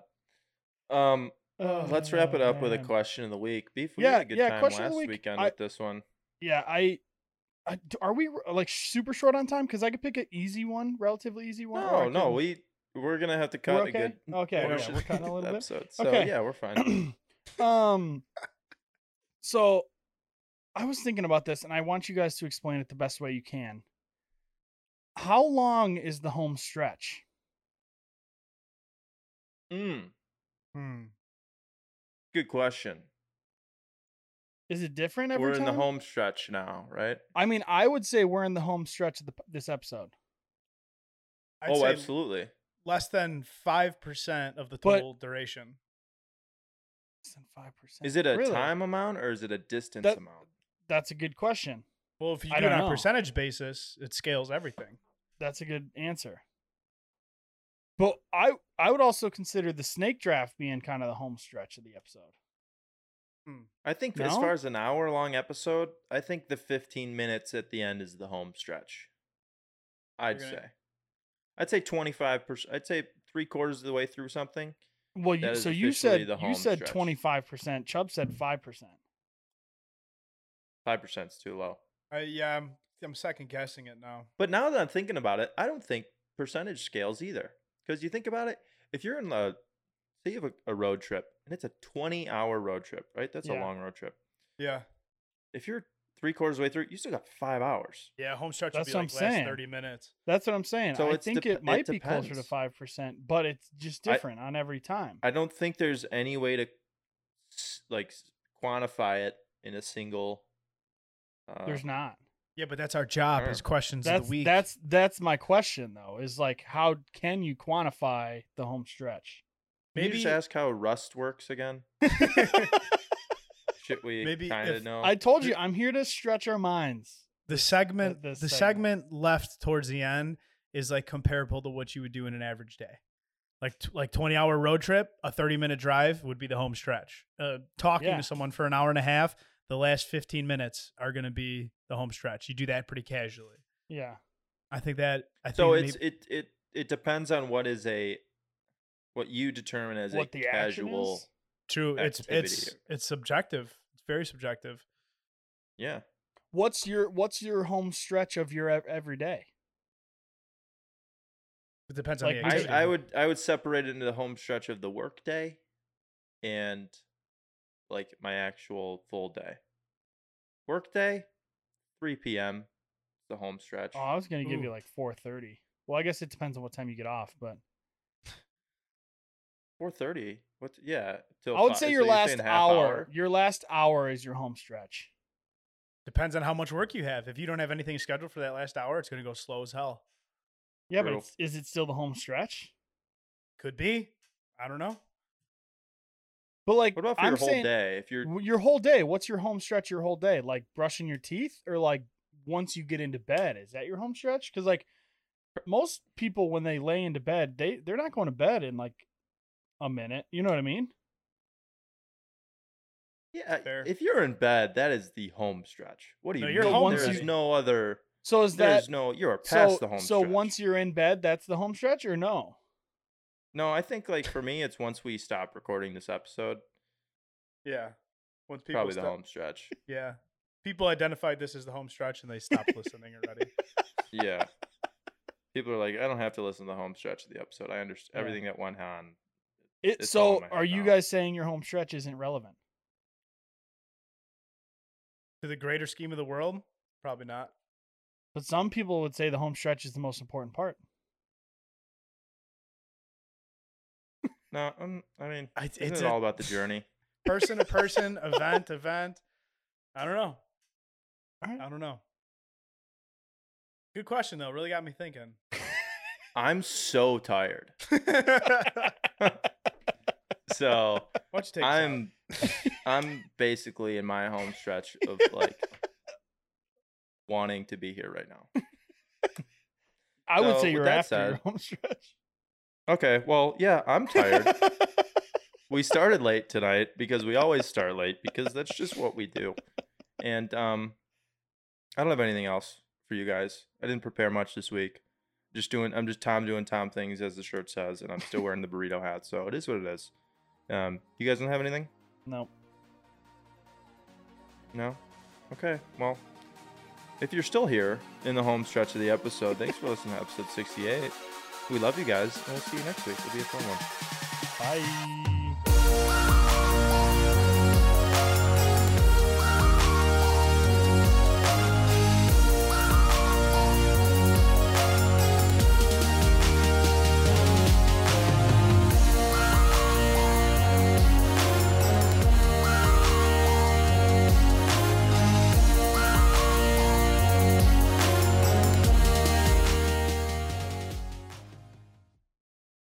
Um, let's wrap it up with a
Oh, man.
question of the week. Beef, we
Yeah,
had a good
yeah,
time
question
last
of the week.
weekend
I-
with this one.
Yeah, I, I d- are we like super short on time? Because I could pick an easy one, relatively easy one.
No,
or I
no,
could-
we we're gonna have to
We're
cut
okay?
a good
Okay,
yeah,
portion
we're
of
cutting a
the
little bit.
episode. So
Okay.
yeah, we're fine.
um so I was thinking about this and I want you guys to explain it the best way you can. How long is the home stretch?
Mm,
Hmm.
good question.
Is it different every
we're in
time?
the home stretch now, right?
I mean, I would say we're in the home stretch of the, this episode.
I'd
oh,
say
absolutely.
Less than five percent of the
But-
total duration.
Less than 5%.
Is it a
Really?
time amount or is it a distance
That-
amount?
That's a good question.
Well, if you
I
do it
don't
on a
know.
percentage basis, it scales everything.
That's a good answer. But I I would also consider the snake draft being kind of the home stretch of the episode.
I think as
No?
far as an hour long episode, I think the 15 minutes at the end is the home stretch. I'd
gonna-
say. I'd say 25%. I'd say three quarters of the way through something.
Well,
That
you,
is
so you
officially
said
the
you
home
said
stretch.
25%, Chubb said 5%.
5% is too low.
I, yeah, I'm, I'm second guessing it now.
But now that I'm thinking about it, I don't think percentage scales either. Because you think about it, if you're in the, say you have a, a road trip and it's a 20 hour road trip, right? That's
Yeah.
a long road trip.
Yeah.
If you're three quarters of the way through, you still got five hours.
Yeah, home stretch
That's
will be
what
like
I'm
last
saying.
thirty minutes.
That's what I'm saying.
So
I
it's
think
dep-
it might
it
be closer to
depends.
five percent, but it's just
I-
different on every time.
I don't think there's any way to s- like s- quantify it in a single. Uh,
There's not.
Yeah, but that's our job
Sure.
is questions of
That's
the week.
that's that's my question though. Is like how can you quantify the home stretch?
Maybe
maybe
just ask how Rust works again. Shit, we
Maybe
kind of
if
know.
I told you I'm here to stretch our minds.
the segment
the
the,
segment.
segment. left towards the end is like comparable to what you would do in an average day like t- like 20 hour road trip a 30 minute drive would be the home stretch uh, talking
Yeah.
to someone for an hour and a half the last 15 minutes are going to be the home stretch you do that pretty casually
Yeah.
i think that i think
so it's
maybe-
it it it depends on what is a what you determine as
what
a
the action
casual.
is?
true it's
activity
it's
here.
it's subjective it's very subjective
Yeah,
What's your what's your home stretch of your ev- every day?
it depends
Like,
on the
we
I,
activity.
I would I would separate it into the home stretch of the work day, and like my actual full day. Work day, three p.m. The home stretch.
Oh, I was gonna give you
Ooh.
like four thirty. Well, I guess it depends on what time you get off, but
Four thirty. What? Yeah. till
I would
fi-
say
so
your
you're
last
saying half
hour, Your last hour is your home stretch.
depends on how much work you have if you don't have anything scheduled for that last hour it's going to go slow as hell
Yeah,
True.
but it's, is it still the home stretch?
could be i don't know
But like,
What about for
I'm
your whole
saying,
day? If you're
w- Your whole day. What's your home stretch? Your whole day, like brushing your teeth, or like once you get into bed, is that your home stretch? Because like most people, when they lay into bed, they they're not going to bed in like a minute. You know what I mean?
yeah,
Fair.
if you're in bed, that is the home stretch. What do you
No, you're
mean?
home
There's
stretch.
no other.
So is that
There's no. You're past
so?
the home
so
stretch.
once you're in bed, that's the home stretch, or no?
No, I think like for me, it's once we stop recording this episode,
yeah once
probably
stop-
the home stretch.
Yeah. People identified this as the home stretch and they stopped listening already.
Yeah. People are like, I don't have to listen to the home stretch of the episode. I understand
Yeah.
everything that went on.
It,
It's all in
so
my head
are you
now.
guys saying your home stretch isn't relevant?
To the greater scheme of the world, probably not.
But some people would say the home stretch is the most important part.
No, I'm, I mean,
I-
isn't it all about the journey?
person to person, event, event. I don't know.
Alright.
I don't know. Good question though. Really got me thinking.
I'm so tired.
Why
So
don't you take?
I'm, I'm basically in my home stretch of like wanting to be here right now.
I would
So,
say
with
you're
that
after your
said-
home stretch.
Okay. Well, yeah, I'm tired. we started late tonight because we always start late because that's just what we do. And um I don't have anything else for you guys. I didn't prepare much this week. Just doing I'm just Tom doing Tom things as the shirt says and I'm still wearing the burrito hat, so it is what it is. Um you guys don't have anything?
no.
No? Okay. Well, if you're still here in the home stretch of the episode, thanks for listening to episode 68. We love you guys, and we'll see you next week. It'll be a fun one.
Bye.